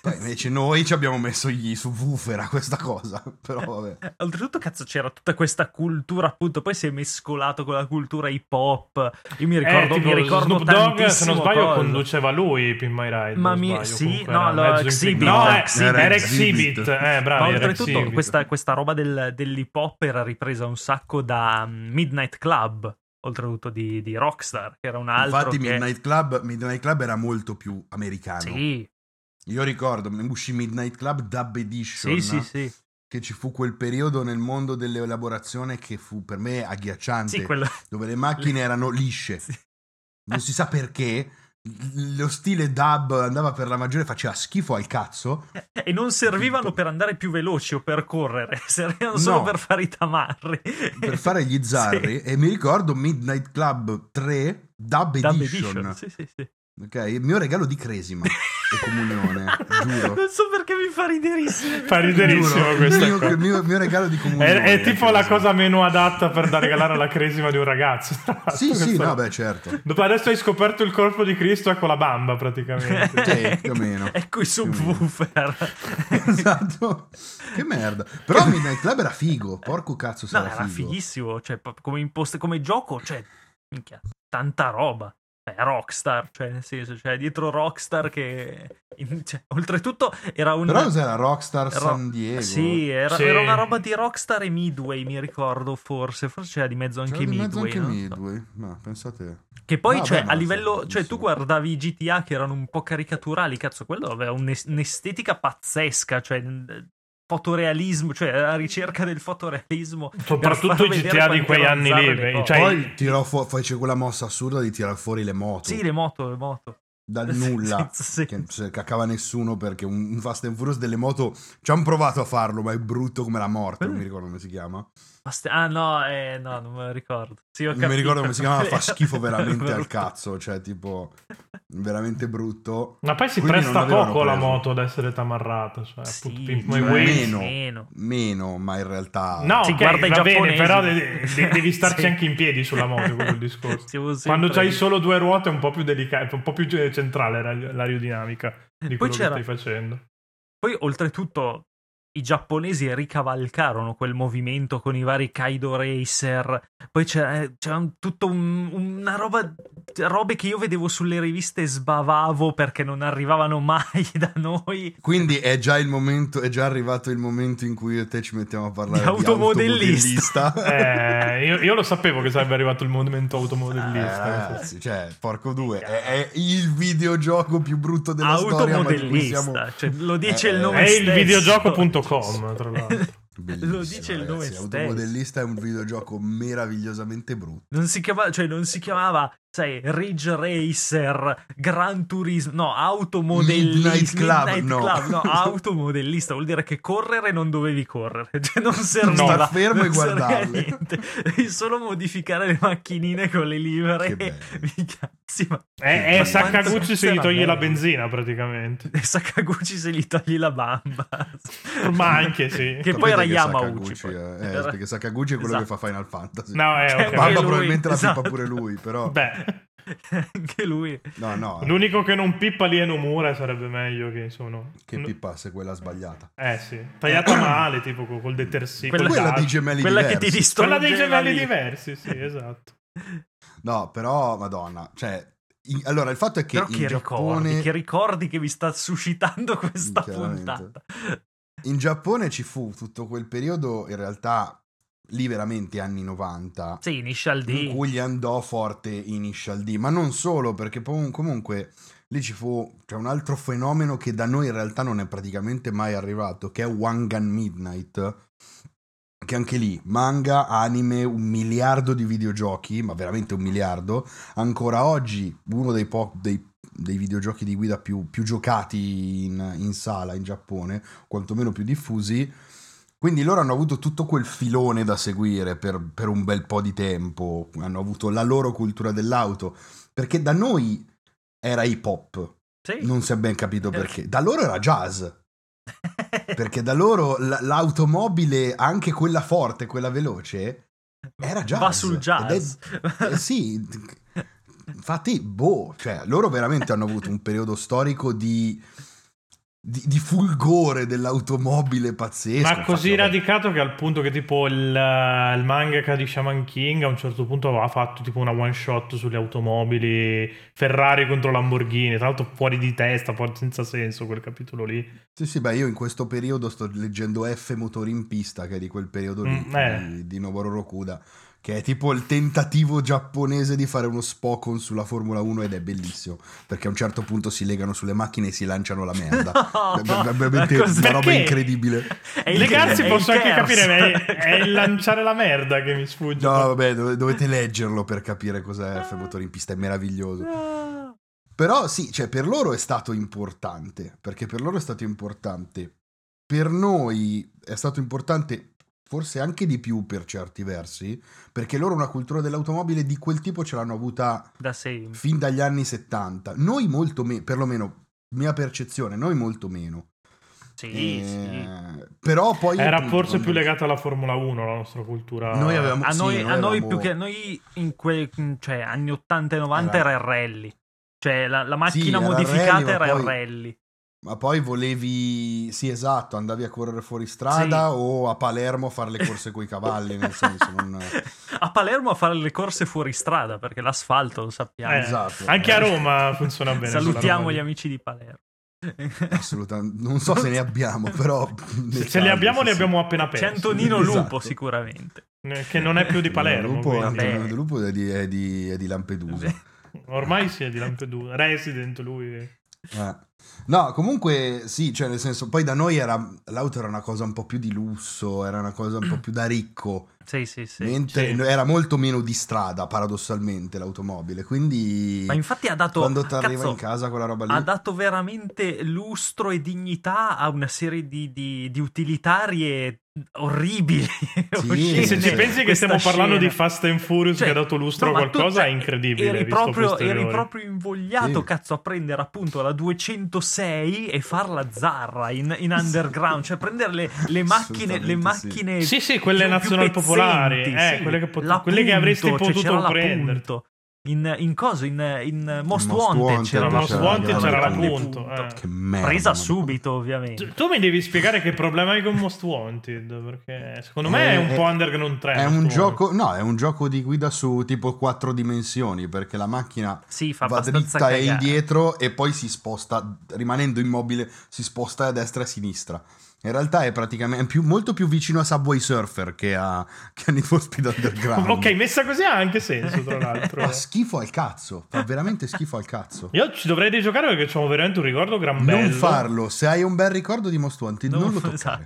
Speaker 3: Poi invece noi ci abbiamo messo gli subwoofer a questa cosa, però vabbè.
Speaker 1: Eh, Oltretutto, cazzo, c'era tutta questa cultura, appunto. Poi si è mescolato con la cultura hip hop. Io mi ricordo,
Speaker 2: eh, tipo,
Speaker 1: mi ricordo
Speaker 2: Snoop Dogg, se
Speaker 1: tantissimo
Speaker 2: non sbaglio,
Speaker 1: cose.
Speaker 2: conduceva lui Pimp My Ride.
Speaker 1: Ma
Speaker 2: non
Speaker 1: mi-
Speaker 2: sbaglio,
Speaker 1: sì,
Speaker 2: comunque
Speaker 1: no,
Speaker 2: era
Speaker 1: allora,
Speaker 2: mezzo in
Speaker 1: Exhibit,
Speaker 2: prima. No, eh,
Speaker 3: Exhibit.
Speaker 2: era Exhibit. Eh,
Speaker 1: Ma
Speaker 2: bravi, era
Speaker 1: oltretutto,
Speaker 2: Exhibit.
Speaker 1: questa, questa roba del- dell'hip hop era ripresa un sacco da mm, Midnight Club. Oltretutto di, di Rockstar, che era un altro.
Speaker 3: Infatti
Speaker 1: che...
Speaker 3: Midnight Club, Midnight Club era molto più americano.
Speaker 1: Sì,
Speaker 3: Io ricordo, uscì Midnight Club Dub Edition.
Speaker 1: sì, sì, sì.
Speaker 3: che ci fu quel periodo nel mondo dell'elaborazione che fu per me agghiacciante,
Speaker 1: Sì, quello-
Speaker 3: dove le macchine erano lisce.
Speaker 1: Sì.
Speaker 3: Non si sa perché l- lo stile dub andava per la maggiore, faceva schifo al cazzo.
Speaker 1: E non servivano per andare più veloci o per correre, servivano solo
Speaker 3: No.
Speaker 1: per fare i tamarri.
Speaker 3: Per fare gli zarri e mi ricordo Midnight Club 3 Dub
Speaker 1: Dub
Speaker 3: Edition,
Speaker 1: Edition. Sì, sì, sì.
Speaker 3: Ok, il mio regalo di cresima e comunione, giuro.
Speaker 1: Non so perché mi fa riderissimo.
Speaker 2: Fa riderissimo
Speaker 3: Giuro,
Speaker 2: questa
Speaker 3: il mio,
Speaker 2: cosa.
Speaker 3: il mio- il mio regalo di
Speaker 2: È,
Speaker 3: comunione.
Speaker 2: è tipo la
Speaker 3: cresima.
Speaker 2: cosa meno adatta per da regalare alla cresima di un ragazzo. tra l'altro,
Speaker 3: Sì, sì,
Speaker 2: questa-
Speaker 3: no, beh, certo.
Speaker 2: Dopo adesso hai scoperto il corpo di Cristo, ecco la bamba praticamente.
Speaker 3: Sì, cioè, più o meno.
Speaker 1: ecco i
Speaker 3: Più o meno.
Speaker 1: subwoofer.
Speaker 3: esatto. Che merda. Però Midnight Club era figo, porco cazzo se
Speaker 1: No,
Speaker 3: era,
Speaker 1: era
Speaker 3: figo.
Speaker 1: fighissimo. Cioè, proprio come, impost- come gioco, cioè, minchia, tanta roba. Beh, Rockstar, cioè, nel senso, cioè, dietro Rockstar che... in- cioè, oltretutto era un...
Speaker 3: Però cos'era Rockstar
Speaker 1: Ro-
Speaker 3: San Diego?
Speaker 1: Sì era,
Speaker 2: Sì.
Speaker 1: era una roba di Rockstar e Midway, mi ricordo forse, forse c'era di mezzo
Speaker 3: C'era
Speaker 1: anche
Speaker 3: di mezzo
Speaker 1: Midway.
Speaker 3: anche
Speaker 1: non so.
Speaker 3: Midway. No, pensate.
Speaker 1: Che poi,
Speaker 3: No,
Speaker 1: cioè,
Speaker 3: beh, no,
Speaker 1: a
Speaker 3: sì,
Speaker 1: livello, cioè, tu
Speaker 3: sì.
Speaker 1: guardavi i GTA che erano un po' caricaturali, cazzo, quello aveva un'es- un'estetica pazzesca, cioè, n- fotorealismo, cioè, la ricerca del fotorealismo.
Speaker 2: Soprattutto
Speaker 1: per
Speaker 2: i
Speaker 1: far vedere
Speaker 2: GTA di
Speaker 1: quante
Speaker 2: quei
Speaker 1: erano
Speaker 2: anni
Speaker 1: bizzarre
Speaker 2: lì.
Speaker 1: le
Speaker 2: beh,
Speaker 1: cose.
Speaker 2: cioè,
Speaker 3: Poi tirò fu- fece quella mossa assurda di tirare fuori le moto
Speaker 1: Sì, le moto, le moto.
Speaker 3: dal nulla.
Speaker 1: Senza senso.
Speaker 3: Che non se cacava nessuno perché un un Fast and Furious delle moto ci hanno provato a farlo, ma è brutto come la morte. Non mi ricordo come si chiama.
Speaker 1: Bast- Ah, no, eh, no, non me lo ricordo. Sì, ho
Speaker 3: Non mi
Speaker 1: capito.
Speaker 3: ricordo come si chiamava, fa schifo veramente al
Speaker 1: Brutto.
Speaker 3: cazzo. Cioè, tipo, veramente brutto.
Speaker 2: Ma poi si
Speaker 3: Quindi
Speaker 2: presta
Speaker 3: non l'avevano
Speaker 2: poco la
Speaker 3: preso.
Speaker 2: moto ad essere tamarrata. Cioè,
Speaker 1: Sì,
Speaker 2: appunto, Pimp My
Speaker 1: cioè,
Speaker 2: Way.
Speaker 3: meno.
Speaker 1: meno.
Speaker 3: Meno, ma in realtà.
Speaker 2: No,
Speaker 1: Sì,
Speaker 2: ok,
Speaker 1: guarda i
Speaker 2: va bene,
Speaker 1: giapponesi.
Speaker 2: però de- de- de- devi starci
Speaker 1: Sì.
Speaker 2: anche in piedi sulla moto, quello è il discorso.
Speaker 1: Siamo
Speaker 2: Quando
Speaker 1: sempre
Speaker 2: c'hai
Speaker 1: lì.
Speaker 2: solo due ruote è un po' più delicato, un po' più eh, centrale l'aer- l'aerodinamica
Speaker 1: Poi
Speaker 2: di quello che
Speaker 1: c'era-
Speaker 2: stai facendo.
Speaker 1: Poi, oltretutto, i giapponesi ricavalcarono quel movimento con i vari Kaido Racer. Poi c'era, eh, c'era un- tutto un- una roba. robe che io vedevo sulle riviste e sbavavo perché non arrivavano mai da noi.
Speaker 3: Quindi è già il momento, è già arrivato il momento in cui io e te ci mettiamo a parlare
Speaker 1: Di
Speaker 3: di,
Speaker 1: automodellista.
Speaker 3: automodellista.
Speaker 2: Eh, io, io lo sapevo che sarebbe arrivato il movimento
Speaker 3: Eh,
Speaker 1: Ah,
Speaker 2: automodellista.
Speaker 3: ragazzi, cioè, porco due, è, è il videogioco più brutto della storia. ma di cui
Speaker 1: Automodellista.
Speaker 3: siamo-
Speaker 1: Cioè, lo dice
Speaker 3: Eh,
Speaker 1: il
Speaker 2: è
Speaker 1: nome
Speaker 2: il
Speaker 1: stesso.
Speaker 2: videogioco.com, tra l'altro.
Speaker 3: Bellissimo,
Speaker 1: Lo dice il
Speaker 3: ragazzi,
Speaker 1: nome stesso.
Speaker 3: Automodellista è un videogioco meravigliosamente brutto.
Speaker 1: Non si chiamava, cioè, non si chiamava, sai, Ridge Racer, Gran Turismo, no, automodellista.
Speaker 3: Midnight Club, no.
Speaker 1: automodellista, vuol dire che correre non dovevi correre, cioè non serviva.
Speaker 3: Star fermo e
Speaker 1: non serviva
Speaker 3: guardarle.
Speaker 1: niente. Devi solo modificare le macchinine con le
Speaker 3: Che
Speaker 1: livre.
Speaker 3: bello.
Speaker 1: Minchia, sì, ma
Speaker 2: È, è
Speaker 1: Ma
Speaker 2: Sakaguchi
Speaker 1: quanto
Speaker 2: se gli
Speaker 1: sarà
Speaker 2: togli la
Speaker 1: bello.
Speaker 2: benzina praticamente.
Speaker 1: Sakaguchi se gli togli la bamba.
Speaker 2: Ma anche sì.
Speaker 1: Che poi era
Speaker 3: Sapete che
Speaker 1: Yamauchi.
Speaker 3: Sakaguchi
Speaker 1: poi.
Speaker 3: è- eh, perché Sakaguchi è quello
Speaker 1: Esatto.
Speaker 3: che fa Final Fantasy.
Speaker 2: No, eh,
Speaker 1: Cioè,
Speaker 2: ok.
Speaker 1: anche
Speaker 3: Bamba
Speaker 1: lui,
Speaker 3: probabilmente la
Speaker 1: esatto.
Speaker 3: pippa pure lui, però...
Speaker 2: Beh,
Speaker 1: Anche lui.
Speaker 3: No, no,
Speaker 2: l'unico che non pippa lì è Nomura, sarebbe meglio che sono...
Speaker 3: che pippasse quella sbagliata.
Speaker 2: Eh sì, tagliata male, tipo co- col detersivo.
Speaker 1: Quella- esatto.
Speaker 2: col gas.
Speaker 3: Quella di gemelli
Speaker 1: Quella che
Speaker 3: diversi.
Speaker 1: ti distruggeva
Speaker 2: Quella dei gemelli
Speaker 1: lì.
Speaker 2: diversi, sì, esatto.
Speaker 3: No, però, madonna, cioè... in- Allora, il fatto è che
Speaker 1: Però
Speaker 3: in
Speaker 1: che ricordi,
Speaker 3: Giappone...
Speaker 1: che ricordi che vi sta suscitando questa
Speaker 3: Chiaramente.
Speaker 1: puntata.
Speaker 3: In Giappone ci fu tutto quel periodo, in realtà, lì veramente anni 90,
Speaker 1: Sì, Initial
Speaker 3: in
Speaker 1: D.
Speaker 3: cui gli andò forte Initial D, ma non solo, perché poi comunque lì ci fu c'è un altro fenomeno che da noi in realtà non è praticamente mai arrivato, che è One Gun Midnight, che anche lì manga, anime, un miliardo di videogiochi, ma veramente un miliardo, ancora oggi uno dei, po- dei- dei videogiochi di guida più, più giocati in, in sala in Giappone, quantomeno più diffusi. Quindi loro hanno avuto tutto quel filone da seguire per, per un bel po' di tempo, hanno avuto la loro cultura dell'auto, perché da noi era hip hop,
Speaker 1: Sì.
Speaker 3: non si è ben capito perché, da loro era jazz, perché da loro l- l'automobile, anche quella forte, quella veloce, era jazz.
Speaker 1: Va sul jazz.
Speaker 3: Ed è- eh, sì, infatti, boh, cioè, loro veramente hanno avuto un periodo storico di, di, di fulgore dell'automobile pazzesco.
Speaker 2: Ma
Speaker 3: Infatti,
Speaker 2: così
Speaker 3: vabbè,
Speaker 2: radicato che al punto che tipo il, eh, il mangaka di Shaman King a un certo punto aveva fatto tipo una one shot sulle automobili Ferrari contro Lamborghini, tra l'altro fuori di testa, fuori- senza senso quel capitolo lì.
Speaker 3: Sì, sì, beh, io in questo periodo sto leggendo F Motori in pista, che è di quel periodo lì,
Speaker 2: Mm, eh.
Speaker 3: di, di Noboru Rokuda, che è tipo il tentativo giapponese di fare uno Spokon sulla Formula 1 ed è bellissimo, perché a un certo punto si legano sulle macchine e si lanciano la merda. È veramente
Speaker 1: Ma cos'è?
Speaker 3: una roba
Speaker 2: Perché?
Speaker 3: incredibile.
Speaker 1: È il-
Speaker 2: Legarsi
Speaker 1: è il
Speaker 2: posso anche
Speaker 1: terzo.
Speaker 2: capire, ma è, è il lanciare la merda che mi sfugge.
Speaker 3: No, vabbè, dov- dovete leggerlo per capire cos'è F Motori in pista, è meraviglioso.
Speaker 1: Ah.
Speaker 3: Però sì, cioè per loro è stato importante, perché per loro è stato importante. Per noi è stato importante forse anche di più per certi versi, perché loro una cultura dell'automobile di quel tipo ce l'hanno avuta
Speaker 1: da sempre.
Speaker 3: fin dagli anni 70. Noi molto meno, perlomeno mia percezione, noi molto meno.
Speaker 1: Sì,
Speaker 3: Eh,
Speaker 1: sì.
Speaker 3: Però poi
Speaker 2: Era
Speaker 3: appunto,
Speaker 2: forse più
Speaker 3: non-
Speaker 2: legato alla Formula 1 la nostra cultura.
Speaker 3: Noi avevamo
Speaker 1: A
Speaker 3: sì,
Speaker 1: noi, a noi
Speaker 3: eravamo-
Speaker 1: più che noi in quei cioè anni 80 e 90
Speaker 3: Era-
Speaker 1: era il rally. Cioè la, la macchina
Speaker 3: era il rally,
Speaker 1: modificata
Speaker 3: ma
Speaker 1: era il
Speaker 3: poi-
Speaker 1: rally.
Speaker 3: Ma poi volevi, sì esatto, andavi a correre fuori strada o a Palermo a fare le corse coi cavalli, nel senso non...
Speaker 1: A Palermo a fare le corse fuori strada perché l'asfalto lo sappiamo.
Speaker 2: Eh,
Speaker 3: esatto.
Speaker 2: Anche a Roma funziona bene.
Speaker 1: Salutiamo gli
Speaker 2: sulla Roma.
Speaker 1: amici di Palermo.
Speaker 3: Assolutamente, non so se ne abbiamo, però...
Speaker 2: Se, se li abbiamo, li abbiamo appena
Speaker 1: C'è
Speaker 2: persi.
Speaker 1: Antonino
Speaker 3: Esatto.
Speaker 1: Lupo sicuramente.
Speaker 2: Eh, Che non è più di Palermo.
Speaker 3: Lupo,
Speaker 2: quindi.
Speaker 1: vabbè.
Speaker 3: Antonio De Lupo è di, è di- è di Lampedusa.
Speaker 2: Ormai si è di Lampedusa. Resident lui.
Speaker 3: Eh. No, comunque sì, cioè nel senso, poi da noi era, l'auto era una cosa un po' più di lusso, era una cosa un po' più da ricco,
Speaker 1: Sì, sì, sì.
Speaker 3: mentre
Speaker 2: sì.
Speaker 3: era molto meno di strada, paradossalmente, l'automobile, quindi
Speaker 1: Ma infatti ha dato
Speaker 3: quando ti arriva
Speaker 1: cazzo,
Speaker 3: in casa quella roba lì...
Speaker 1: ha dato veramente lustro e dignità a una serie di, di- di utilitarie orribili.
Speaker 3: Sì,
Speaker 2: E
Speaker 1: Oscene.
Speaker 2: se ci
Speaker 3: sì.
Speaker 2: pensi che
Speaker 1: Questa
Speaker 2: stiamo parlando
Speaker 1: scena.
Speaker 2: di Fast and Furious
Speaker 1: Cioè,
Speaker 2: che ha dato lustro
Speaker 1: no,
Speaker 2: a
Speaker 1: ma tu,
Speaker 2: qualcosa,
Speaker 1: cioè,
Speaker 2: è incredibile.
Speaker 1: Eri
Speaker 2: visto
Speaker 1: proprio,
Speaker 2: posteriori.
Speaker 1: eri proprio invogliato,
Speaker 3: Sì.
Speaker 1: cazzo, a prendere appunto la 206 e farla zarra in, in underground, cioè prendere le, le macchine, le
Speaker 3: Assolutamente sì.
Speaker 1: macchine
Speaker 2: Sì, sì, quelle
Speaker 1: più- più
Speaker 2: nazionali popolari,
Speaker 1: pezzenti,
Speaker 2: eh,
Speaker 1: sì.
Speaker 2: quelle, che pot-
Speaker 1: L'appunto,
Speaker 2: quelle che avresti
Speaker 1: cioè, c'era
Speaker 2: potuto
Speaker 1: l'appunto.
Speaker 2: prendere.
Speaker 1: In, in coso, in, in Most,
Speaker 3: Most
Speaker 1: Wanted,
Speaker 3: Wanted,
Speaker 1: c'era
Speaker 2: Most
Speaker 1: l'appunto.
Speaker 2: Wanted, c'era
Speaker 1: l'appunto.
Speaker 2: l'appunto, eh.
Speaker 3: Che merda.
Speaker 1: Presa
Speaker 3: ma-
Speaker 1: subito,
Speaker 2: Tu-
Speaker 1: ovviamente.
Speaker 2: Tu mi devi spiegare che problema hai con Most Wanted, perché secondo me è un
Speaker 3: Eh,
Speaker 2: po' Underground 3.
Speaker 3: È
Speaker 2: Most
Speaker 3: un
Speaker 2: Wanted.
Speaker 3: gioco, no, è un gioco di guida su tipo quattro dimensioni, perché la macchina
Speaker 1: Sì, fa
Speaker 3: va
Speaker 1: abbastanza
Speaker 3: dritta e
Speaker 1: cagare.
Speaker 3: indietro e poi si sposta, rimanendo immobile, si sposta a destra e a sinistra. In realtà è praticamente è più- molto più vicino a Subway Surfer che a, che a Need for Speed Underground.
Speaker 2: Ok, messa così ha anche senso, tra l'altro.
Speaker 3: Fa schifo al cazzo, fa veramente schifo al cazzo.
Speaker 2: Io ci dovrei rigiocare perché ho veramente un ricordo gran bello.
Speaker 3: Non farlo, se hai un bel ricordo di Most Wanted, non, lo toccare.
Speaker 1: esatto.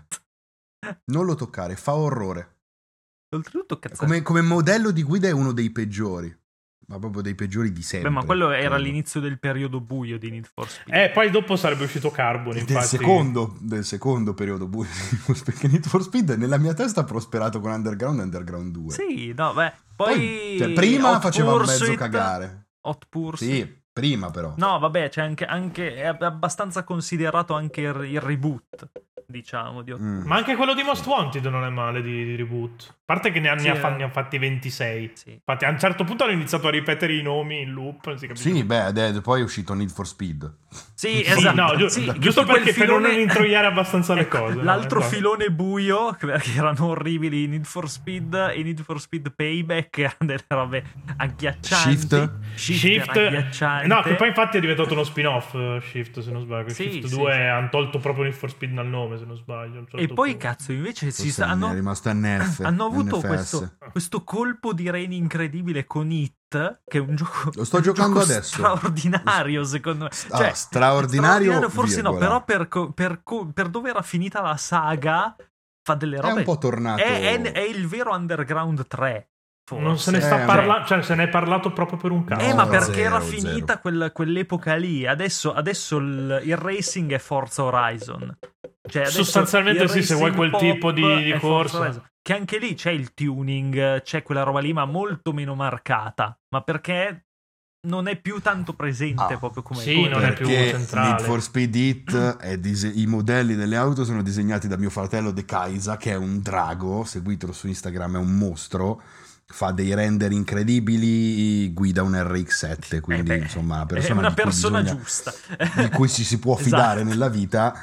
Speaker 1: Esatto.
Speaker 3: Non lo toccare, fa orrore.
Speaker 1: Oltretutto, cazzo.
Speaker 3: Come, come modello di guida è uno dei peggiori. Ma proprio dei peggiori di
Speaker 1: Beh,
Speaker 3: sempre.
Speaker 1: ma quello era
Speaker 3: credo.
Speaker 1: l'inizio del periodo buio di Need for Speed.
Speaker 2: Eh, poi dopo sarebbe uscito Carbon,
Speaker 3: Del
Speaker 2: infatti.
Speaker 3: secondo, del secondo periodo buio di Need for Speed, perché Need for Speed nella mia testa ha prosperato con Underground e Underground 2.
Speaker 1: Sì, no, beh, poi...
Speaker 3: cioè, prima
Speaker 1: Hot
Speaker 3: faceva un mezzo
Speaker 1: Pursuit-
Speaker 3: cagare.
Speaker 1: Hot Pursuit.
Speaker 3: Sì, prima però.
Speaker 1: No, vabbè, c'è anche, anche- è abbastanza considerato anche il, il reboot, diciamo, di Hot
Speaker 3: Mm.
Speaker 2: Ma anche quello di Most Wanted non è male di, di reboot. A parte che ne, ha-
Speaker 1: Sì,
Speaker 2: ne ha,
Speaker 1: eh.
Speaker 2: fa- ne ha fatti 26.
Speaker 1: Sì.
Speaker 2: Infatti, a un certo punto hanno iniziato a ripetere i nomi in loop. Non si capisce.
Speaker 3: Sì, beh, ed è- poi è uscito Need for Speed.
Speaker 1: Sì,
Speaker 2: Sì,
Speaker 1: esatto.
Speaker 2: no, giu-
Speaker 1: Sì,
Speaker 2: giusto
Speaker 1: quel
Speaker 2: perché per
Speaker 1: filone-
Speaker 2: non introiare abbastanza le
Speaker 1: Ecco,
Speaker 2: cose, no?
Speaker 1: L'altro
Speaker 2: Ecco.
Speaker 1: filone buio, che perché erano orribili, Need for Speed e Need for Speed Payback, erano delle robe agghiaccianti.
Speaker 3: Shift?
Speaker 1: Shift, era
Speaker 2: Shift,
Speaker 1: agghiacciante.
Speaker 2: no, che poi infatti è diventato uno spin-off. eh, Shift, se non sbaglio.
Speaker 1: Sì,
Speaker 2: Shift
Speaker 1: sì,
Speaker 2: 2
Speaker 1: sì.
Speaker 2: hanno tolto proprio Need for Speed dal nome. Se non sbaglio. a un certo
Speaker 1: E poi,
Speaker 2: punto.
Speaker 1: cazzo, invece si
Speaker 3: Forse
Speaker 1: sa-
Speaker 3: ne è
Speaker 1: hanno,
Speaker 3: rimasto NF.
Speaker 1: hanno avuto
Speaker 3: NFS.
Speaker 1: questo, questo colpo di reni incredibile con It, che è un gioco,
Speaker 3: Lo sto
Speaker 1: un
Speaker 3: giocando
Speaker 1: gioco
Speaker 3: adesso.
Speaker 1: straordinario, secondo me.
Speaker 3: Ah,
Speaker 1: Cioè,
Speaker 3: straordinario,
Speaker 1: forse no,
Speaker 3: virgola.
Speaker 1: però per, co- per co- per dove era finita la saga fa delle
Speaker 3: è
Speaker 1: robe...
Speaker 3: un po' tornato.
Speaker 1: è, è- è il vero Underground 3, forse.
Speaker 2: Non se ne
Speaker 3: Eh,
Speaker 2: sta
Speaker 3: ma-
Speaker 2: parlando, cioè se ne è parlato proprio per un caso.
Speaker 1: Eh, ma
Speaker 3: No,
Speaker 1: perché
Speaker 3: zero,
Speaker 1: era finita
Speaker 3: zero.
Speaker 1: quel- quell'epoca lì? Adesso, adesso il, il racing è Forza Horizon. Cioè, adesso
Speaker 2: Sostanzialmente
Speaker 1: il
Speaker 2: sì, se vuoi
Speaker 1: racing
Speaker 2: quel
Speaker 1: pop
Speaker 2: tipo di- di
Speaker 1: è Forza
Speaker 2: corsa.
Speaker 1: Horizon. Che anche lì c'è il tuning, c'è quella roba lì, ma molto meno marcata. Ma perché non è più tanto presente
Speaker 3: Ah,
Speaker 1: proprio come
Speaker 2: sì,
Speaker 1: come-
Speaker 2: non è più
Speaker 3: Perché
Speaker 2: centrale.
Speaker 3: Need for Speed It è dise- i modelli delle auto sono disegnati da mio fratello De Kaisa che è un drago, seguitelo su Instagram, è un mostro, fa dei render incredibili, guida un RX7, quindi
Speaker 1: Eh beh,
Speaker 3: insomma una
Speaker 1: È
Speaker 3: persona,
Speaker 1: una
Speaker 3: di cui
Speaker 1: persona
Speaker 3: bisogna-
Speaker 1: giusta.
Speaker 3: di cui ci si può
Speaker 1: Esatto.
Speaker 3: fidare nella vita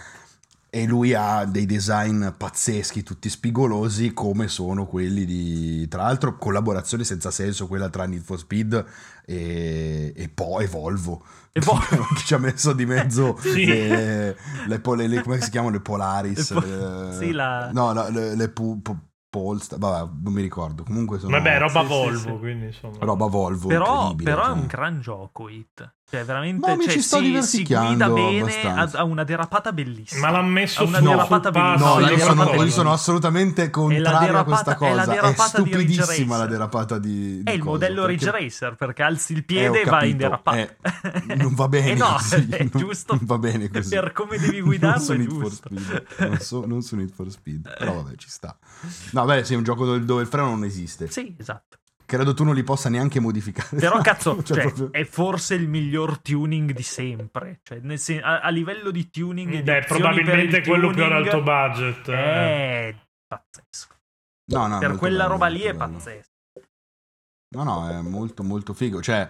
Speaker 3: e lui ha dei design pazzeschi, tutti spigolosi come sono quelli di tra l'altro collaborazione senza senso quella tra Need for Speed e, e poi e Volvo.
Speaker 1: E boh. poi-
Speaker 3: che ci ha messo di mezzo
Speaker 1: Sì.
Speaker 3: le, le pol- le- come si chiamano le Polaris,
Speaker 1: Le po-
Speaker 3: le-
Speaker 1: sì, la-
Speaker 3: no, no, le, le pu- po- Polestar, vabbè, non mi ricordo. Comunque sono
Speaker 2: Vabbè, roba
Speaker 1: sì, sì,
Speaker 2: Volvo,
Speaker 1: sì.
Speaker 2: quindi insomma.
Speaker 3: roba Volvo
Speaker 1: Però,
Speaker 3: incredibile,
Speaker 1: però è
Speaker 3: cioè.
Speaker 1: un gran gioco Hit. Cioè, veramente
Speaker 3: Ma mi
Speaker 1: cioè,
Speaker 3: ci sto
Speaker 1: si, si guida
Speaker 3: diversificando
Speaker 1: bene, ha,
Speaker 3: abbastanza.
Speaker 1: ha una derapata bellissima.
Speaker 2: Ma l'ha messo
Speaker 1: Ha una
Speaker 2: su
Speaker 1: derapata
Speaker 2: sul passo,
Speaker 1: bellissima.
Speaker 3: No,
Speaker 1: Sì,
Speaker 3: io
Speaker 1: la
Speaker 3: sono,
Speaker 1: derapata-
Speaker 3: io sono assolutamente contrario a questa
Speaker 1: derapata- è la
Speaker 3: cosa. È,
Speaker 1: derapata di Ridge
Speaker 3: stupidissima la
Speaker 1: Racer.
Speaker 3: derapata di.
Speaker 1: È
Speaker 3: di
Speaker 1: il
Speaker 3: coso,
Speaker 1: modello
Speaker 3: perché-
Speaker 1: Ridge Racer perché alzi il
Speaker 3: Eh, ho
Speaker 1: piede e vai in
Speaker 3: capito,
Speaker 1: derapata.
Speaker 3: eh, non va bene
Speaker 1: Eh no,
Speaker 3: così,
Speaker 1: è
Speaker 3: non-
Speaker 1: giusto.
Speaker 3: non va bene così.
Speaker 1: Per come devi
Speaker 3: non
Speaker 1: guidarlo
Speaker 3: su
Speaker 1: è
Speaker 3: Need for
Speaker 1: giusto.
Speaker 3: Speed. Non, so- non su Need for Speed, però vabbè, ci sta. No, beh, sì, è un gioco dove, dove il freno non esiste.
Speaker 1: Sì, esatto.
Speaker 3: Credo tu non li possa neanche modificare.
Speaker 1: Però cazzo,
Speaker 3: Cioè,
Speaker 1: cioè,
Speaker 3: proprio-
Speaker 1: è forse il miglior tuning di sempre. Cioè, nel sen- a, a livello di tuning... e di
Speaker 2: Beh,
Speaker 1: opzioni per il
Speaker 2: probabilmente quello più ad
Speaker 1: tuning,
Speaker 2: alto budget. eh.
Speaker 1: È pazzesco.
Speaker 3: No, no, è
Speaker 1: per
Speaker 3: molto
Speaker 1: quella
Speaker 3: bello,
Speaker 1: roba
Speaker 3: molto
Speaker 1: lì è
Speaker 3: bello.
Speaker 1: pazzesco.
Speaker 3: No, no, è molto molto figo. Cioè,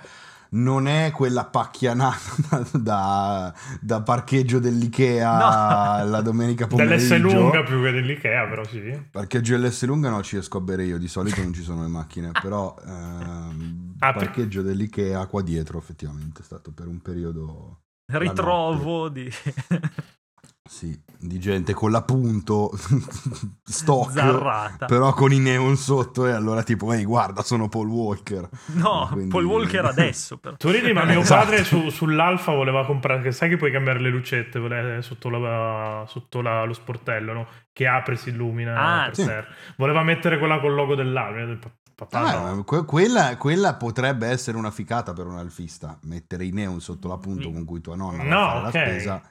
Speaker 3: non è quella pacchianata da, da parcheggio dell'Ikea la domenica pomeriggio.
Speaker 2: Dell'S lunga più che dell'Ikea, però sì.
Speaker 3: Parcheggio LS lunga no, ci riesco a bere io, di solito non ci sono le macchine, però ehm,
Speaker 2: Ah, per-
Speaker 3: parcheggio dell'Ikea qua dietro effettivamente è stato per un periodo
Speaker 1: Ritrovo di
Speaker 3: sì, di gente con l'appunto stock,
Speaker 1: zarrata.
Speaker 3: però con i neon sotto e allora tipo ehi guarda sono Paul Walker.
Speaker 1: No,
Speaker 3: Ah, Quindi-
Speaker 1: Paul Walker adesso però.
Speaker 2: Tu ridi, ma mio
Speaker 3: Esatto.
Speaker 2: padre su- sull'Alfa voleva comprare, che sai che puoi cambiare le lucette vole- sotto, la- sotto la- lo sportello, no? Che apre, si illumina
Speaker 1: Ah,
Speaker 2: per
Speaker 3: sì.
Speaker 2: terra. Voleva mettere quella col logo dell'Alfa. del pa- papà,
Speaker 3: Ah,
Speaker 2: no.
Speaker 3: ma que- quella, quella potrebbe essere una ficata per un alfista, mettere i neon sotto l'appunto con cui tua nonna va a
Speaker 2: No,
Speaker 3: fare
Speaker 2: ok.
Speaker 3: la spesa.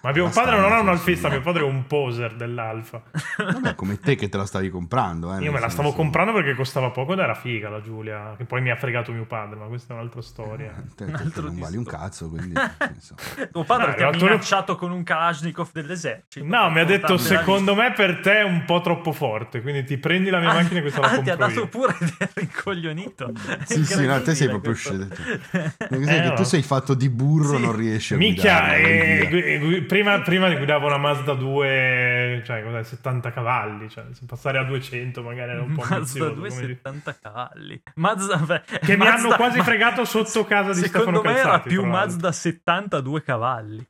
Speaker 2: Ma mio
Speaker 3: Basta,
Speaker 2: padre non è un
Speaker 3: sì,
Speaker 2: alfista,
Speaker 3: sì.
Speaker 2: mio padre è un poser dell'Alfa.
Speaker 3: Vabbè, come te che te la stavi comprando. eh,
Speaker 1: Ah,
Speaker 2: Io
Speaker 3: nel
Speaker 2: me la stavo
Speaker 3: senso-
Speaker 2: comprando perché costava poco ed era figa la Giulia, che poi mi ha fregato mio padre, ma questa è un'altra storia.
Speaker 3: Eh, te-
Speaker 1: Un
Speaker 3: te-
Speaker 1: altro
Speaker 3: non vali
Speaker 1: discorso.
Speaker 3: un cazzo, quindi... nel senso.
Speaker 1: Tuo padre
Speaker 2: Ah, No,
Speaker 1: ti ha
Speaker 2: in realtà-
Speaker 1: minacciato con un Kalashnikov dell'esercito.
Speaker 2: No, mi ha detto
Speaker 1: Portarmela lì.
Speaker 2: secondo me per te è un po' troppo forte, quindi ti prendi la mia macchina e questa la
Speaker 1: Ah, ti
Speaker 2: compro
Speaker 1: ha dato
Speaker 2: io.
Speaker 1: pure del rincoglionito.
Speaker 3: Sì, sì, no, te sei
Speaker 1: Incredibile
Speaker 3: proprio
Speaker 1: questo.
Speaker 3: Perché sai
Speaker 2: Eh,
Speaker 3: che
Speaker 2: no.
Speaker 3: tu sei fatto di burro,
Speaker 1: Sì.
Speaker 3: non riesci a
Speaker 2: Minchia,
Speaker 3: guidarla,
Speaker 2: eh,
Speaker 3: quindi, eh.
Speaker 2: gui- eh, gui- prima, prima guidavo una Mazda 2, cioè cos'è, 70 cavalli, cioè se passare a 200 magari era Eh, un po'
Speaker 1: Mazda
Speaker 2: ambizioso. come dire.
Speaker 1: 270 cavalli. Mazda, beh,
Speaker 2: Che mi
Speaker 1: Mazda-
Speaker 2: hanno quasi
Speaker 1: ma-
Speaker 2: fregato sotto casa di
Speaker 1: Secondo
Speaker 2: Stefano
Speaker 1: me
Speaker 2: Calzati.
Speaker 1: era più
Speaker 2: tra l'altro.
Speaker 1: Mazda 72 cavalli.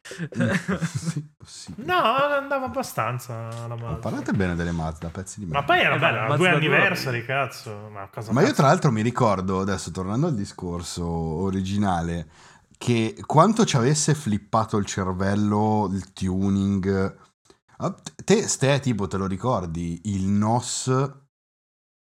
Speaker 3: Sì, sì.
Speaker 2: No, andava abbastanza la Mazda.
Speaker 3: Ma parlate bene delle Mazda, pezzi di merda.
Speaker 2: Ma poi era
Speaker 1: Eh,
Speaker 2: bella,
Speaker 1: ma
Speaker 2: era due
Speaker 1: Mazda due.
Speaker 2: anniversari, cazzo. Ma, cosa
Speaker 3: Ma io
Speaker 2: cazzo-
Speaker 3: tra l'altro mi ricordo, adesso tornando al discorso originale, che quanto ci avesse flippato il cervello, il tuning... Ah, Te, Ste, tipo, te lo ricordi, il NOS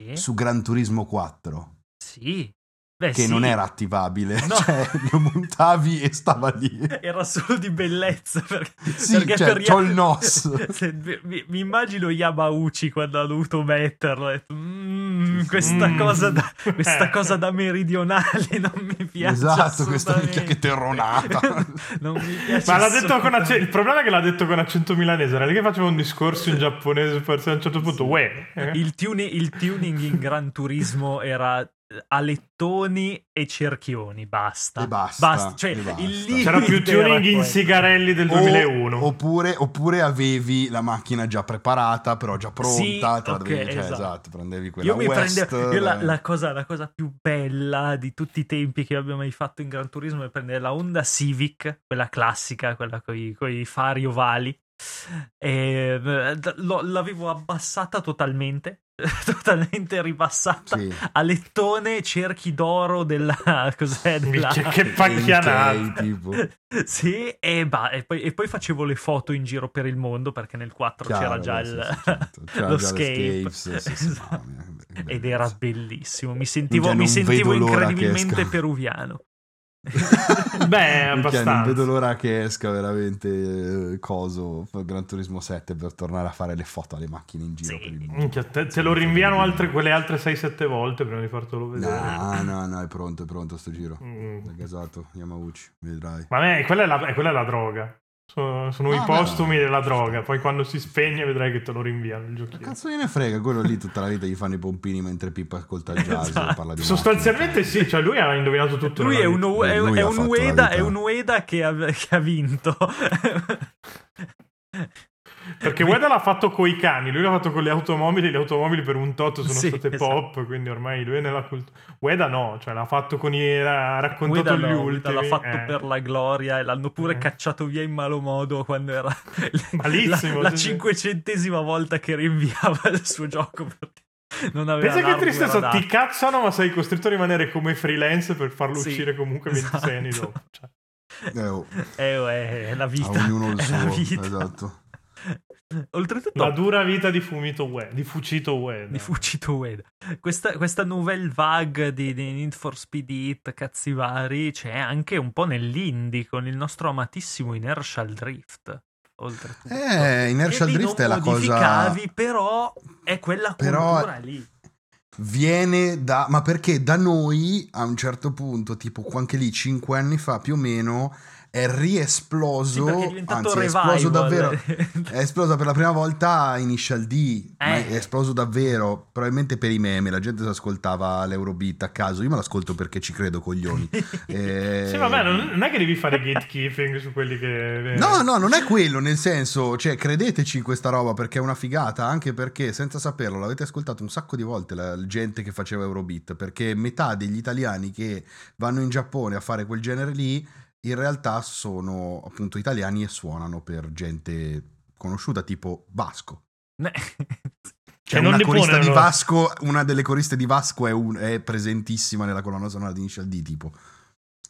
Speaker 1: Sì.
Speaker 3: su Gran Turismo 4,
Speaker 1: Sì. Beh,
Speaker 3: che
Speaker 1: sì.
Speaker 3: non era attivabile,
Speaker 1: No.
Speaker 3: cioè lo montavi e stava lì.
Speaker 1: Era solo di bellezza. Perché,
Speaker 3: Sì,
Speaker 1: perché
Speaker 3: cioè,
Speaker 1: per-
Speaker 3: c'ho il nos.
Speaker 1: Se- mi, mi immagino Yamauchi quando ha dovuto metterlo. ha detto, "Mm,
Speaker 3: Sì, sì.
Speaker 1: questa,
Speaker 2: Mm.
Speaker 1: Cosa da, questa
Speaker 2: Eh.
Speaker 1: cosa da meridionale non mi piace.
Speaker 3: esatto, questa minchia che
Speaker 1: assolutamente."
Speaker 3: terronata.
Speaker 1: non mi piace.
Speaker 2: Ma l'ha detto con
Speaker 1: assolutamente.
Speaker 2: acce- il problema è che l'ha detto con accento milanese. Era lì che faceva un discorso in giapponese. Forse a un certo punto, uè. eh.
Speaker 1: Il, tuni- il tuning in Gran Turismo era eh, alettoni e cerchioni, basta.
Speaker 3: E basta,
Speaker 1: Cioè,
Speaker 3: e basta.
Speaker 1: il limite
Speaker 2: C'era più
Speaker 1: era
Speaker 2: tuning in
Speaker 1: quello.
Speaker 2: sigarelli del
Speaker 3: O-
Speaker 2: 2001.
Speaker 3: oppure, oppure avevi la macchina già preparata, però già pronta.
Speaker 1: Sì,
Speaker 3: te la
Speaker 1: ok,
Speaker 3: dovevi- cioè,
Speaker 1: esatto.
Speaker 3: esatto. prendevi quella
Speaker 1: Io mi
Speaker 3: West,
Speaker 1: prendevo io la,
Speaker 3: eh.
Speaker 1: la cosa, la cosa più bella di tutti i tempi che abbia mai fatto in Gran Turismo è prendere la Honda Civic, quella classica, quella con i fari ovali. E, eh, d- lo- l'avevo abbassata totalmente, totalmente ribassata.
Speaker 3: Sì.
Speaker 1: Alettone, cerchi d'oro della. Cos'è? Della...
Speaker 2: Minchia, che pacchianata.
Speaker 3: Ok, tipo.
Speaker 1: Sì, e, ba- e poi, e poi facevo le foto in giro per il mondo perché nel 4 c'era
Speaker 3: Chiaro,
Speaker 1: già
Speaker 3: sì,
Speaker 1: il,
Speaker 3: sì, certo. C'era
Speaker 1: lo
Speaker 3: già
Speaker 1: scape.
Speaker 3: le scapes, sì, sì,
Speaker 1: Esatto.
Speaker 3: mamma mia, che be-
Speaker 1: Ed
Speaker 3: bellezza.
Speaker 1: era bellissimo, mi sentivo,
Speaker 3: Minchia,
Speaker 1: mi
Speaker 3: non
Speaker 1: sentivo
Speaker 3: vedo l'ora che
Speaker 1: incredibilmente
Speaker 3: esca.
Speaker 1: peruviano.
Speaker 2: Beh,
Speaker 3: Minchia, non
Speaker 2: abbastanza.
Speaker 3: vedo l'ora che esca veramente eh, coso Gran Turismo 7 per tornare a fare le foto alle macchine in giro
Speaker 1: Sì. Mm.
Speaker 3: per il mondo.
Speaker 2: Minchia, te, te lo rinviano altre, quelle altre 6-7 volte prima di fartelo vedere.
Speaker 3: No, no, no, è pronto, è pronto sto giro.
Speaker 2: Mm.
Speaker 3: È gasato, Yamauchi, vedrai.
Speaker 2: Ma a me, quella è la, eh, quella è la droga. Sono, sono
Speaker 3: Ah,
Speaker 2: i
Speaker 3: beh.
Speaker 2: postumi della droga. Poi quando si spegne vedrai che te lo rinviano il
Speaker 3: Che
Speaker 2: giochino.
Speaker 3: cazzo gliene frega? Quello lì tutta la vita gli fanno i pompini mentre Pippa ascolta il jazz e
Speaker 1: Esatto.
Speaker 3: parla di
Speaker 2: Sostanzialmente sì, cioè lui ha indovinato tutto.
Speaker 1: Lui
Speaker 2: nella
Speaker 1: è un,
Speaker 2: vita.
Speaker 1: U- è-
Speaker 3: Lui
Speaker 1: è
Speaker 3: ha
Speaker 1: un
Speaker 3: fatto la
Speaker 1: Ueda, è
Speaker 3: vita.
Speaker 1: un Ueda che ha, che ha vinto.
Speaker 2: Perché Weda l'ha fatto coi cani, lui l'ha fatto con le automobili, le automobili per un tot sono
Speaker 1: Sì,
Speaker 2: state
Speaker 1: esatto.
Speaker 2: pop, quindi ormai lui è nella cultura. Weda no, cioè l'ha fatto con i... ha raccontato
Speaker 1: Ueda
Speaker 2: gli
Speaker 1: no, Ueda
Speaker 2: ultimi.
Speaker 1: l'ha fatto
Speaker 2: eh.
Speaker 1: per la gloria e l'hanno pure
Speaker 2: Eh.
Speaker 1: cacciato via in malo modo quando era
Speaker 2: Malissimo,
Speaker 1: la,
Speaker 2: sì,
Speaker 1: la
Speaker 2: sì.
Speaker 1: cinquecentesima volta che rinviava il suo gioco perché non aveva
Speaker 2: Pensa che
Speaker 1: l'hardware
Speaker 2: tristezza,
Speaker 1: adatto.
Speaker 2: ti cazzano ma sei costretto a rimanere come freelance per farlo
Speaker 1: Sì,
Speaker 2: uscire comunque 26 anni
Speaker 1: esatto.
Speaker 2: dopo. Cioè,
Speaker 3: Eh, oh,
Speaker 1: Eh, eh, è la vita.
Speaker 3: a ognuno il
Speaker 1: è la
Speaker 3: suo.
Speaker 1: vita.
Speaker 3: Esatto.
Speaker 1: Oltretutto,
Speaker 2: la dura vita di Fumito Ueda, di Fucito Ueda.
Speaker 1: di Fucito Ueda. Questa, questa nouvelle vague di, di Need for Speed Hit, cazzi vari, c'è anche un po' nell'indie con il nostro amatissimo Inertial Drift. oltretutto.
Speaker 3: Eh, Inertial
Speaker 1: Quindi
Speaker 3: Drift
Speaker 1: non
Speaker 3: è la cosa...
Speaker 1: modificavi, però è quella
Speaker 3: Però-
Speaker 1: cultura lì.
Speaker 3: Viene da... Ma perché da noi, a un certo punto, tipo anche lì, 5 anni fa più o meno, è
Speaker 1: Sì,
Speaker 3: riesploso...
Speaker 1: perché è diventato
Speaker 3: anzi, è
Speaker 1: revival. Eh,
Speaker 3: esploso davvero... È esplosa per la prima volta Initial D, ma
Speaker 1: Eh.
Speaker 3: è esploso davvero, probabilmente per i meme, la gente si ascoltava l'Eurobeat a caso, io me l'ascolto perché ci credo coglioni. Eh,
Speaker 2: Sì, vabbè, non, non è che devi fare gatekeeping su quelli che... eh,
Speaker 3: No, no, non è quello, nel senso, cioè credeteci in questa roba perché è una figata, anche perché senza saperlo l'avete ascoltato un sacco di volte la la gente che faceva Eurobeat, perché metà degli italiani che vanno in Giappone a fare quel genere lì, in realtà sono appunto italiani e suonano per gente conosciuta tipo Vasco. C'è
Speaker 2: E non
Speaker 3: una
Speaker 2: li
Speaker 3: corista
Speaker 2: pone,
Speaker 3: di
Speaker 2: allora.
Speaker 3: Vasco, una delle coriste di Vasco è, un- è presentissima nella colonna sonora di Initial D, tipo.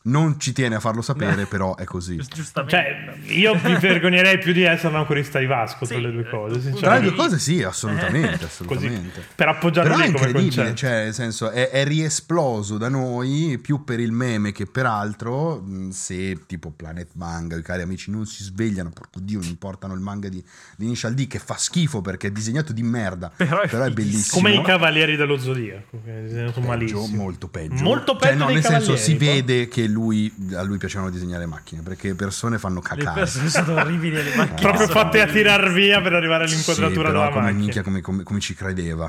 Speaker 3: Non ci tiene a farlo sapere, però è così.
Speaker 2: Cioè,
Speaker 1: Giustamente.
Speaker 2: io mi vergognerei più di essere una corista di Vasco
Speaker 1: Sì,
Speaker 2: tra le due cose,
Speaker 1: eh,
Speaker 3: Tra le
Speaker 2: sinceramente.
Speaker 3: due cose sì, assolutamente,
Speaker 1: Eh,
Speaker 3: assolutamente.
Speaker 2: Per appoggiarlo
Speaker 3: Però è
Speaker 2: lì come
Speaker 3: incredibile,
Speaker 2: concetto.
Speaker 3: cioè, nel senso, è, è riesploso da noi più per il meme che per altro. mh, Se tipo Planet Manga, i cari amici non si svegliano, porco dio, mi portano il manga di, di Initial D che fa schifo perché è disegnato di merda.
Speaker 1: Però è,
Speaker 3: Però è bellissimo.
Speaker 2: Come i Cavalieri dello Zodiaco, che sono
Speaker 3: Peggio,
Speaker 2: malissimo.
Speaker 3: molto peggio.
Speaker 2: Molto
Speaker 3: Cioè,
Speaker 2: peggio
Speaker 3: no,
Speaker 2: dei
Speaker 3: nel senso,
Speaker 2: Cavalieri, eh.
Speaker 3: si
Speaker 2: poi.
Speaker 3: vede che lui, a lui piacevano disegnare macchine perché persone
Speaker 1: Le
Speaker 3: fanno cacare.
Speaker 1: persone sono orribili
Speaker 3: Eh,
Speaker 1: le macchine.
Speaker 2: Proprio
Speaker 1: sono
Speaker 2: fatte a
Speaker 1: orribili.
Speaker 2: tirar via per arrivare
Speaker 3: Sì,
Speaker 2: all'inquadratura
Speaker 3: però
Speaker 2: della
Speaker 3: come
Speaker 2: macchina.
Speaker 3: minchia, come, come- come ci credeva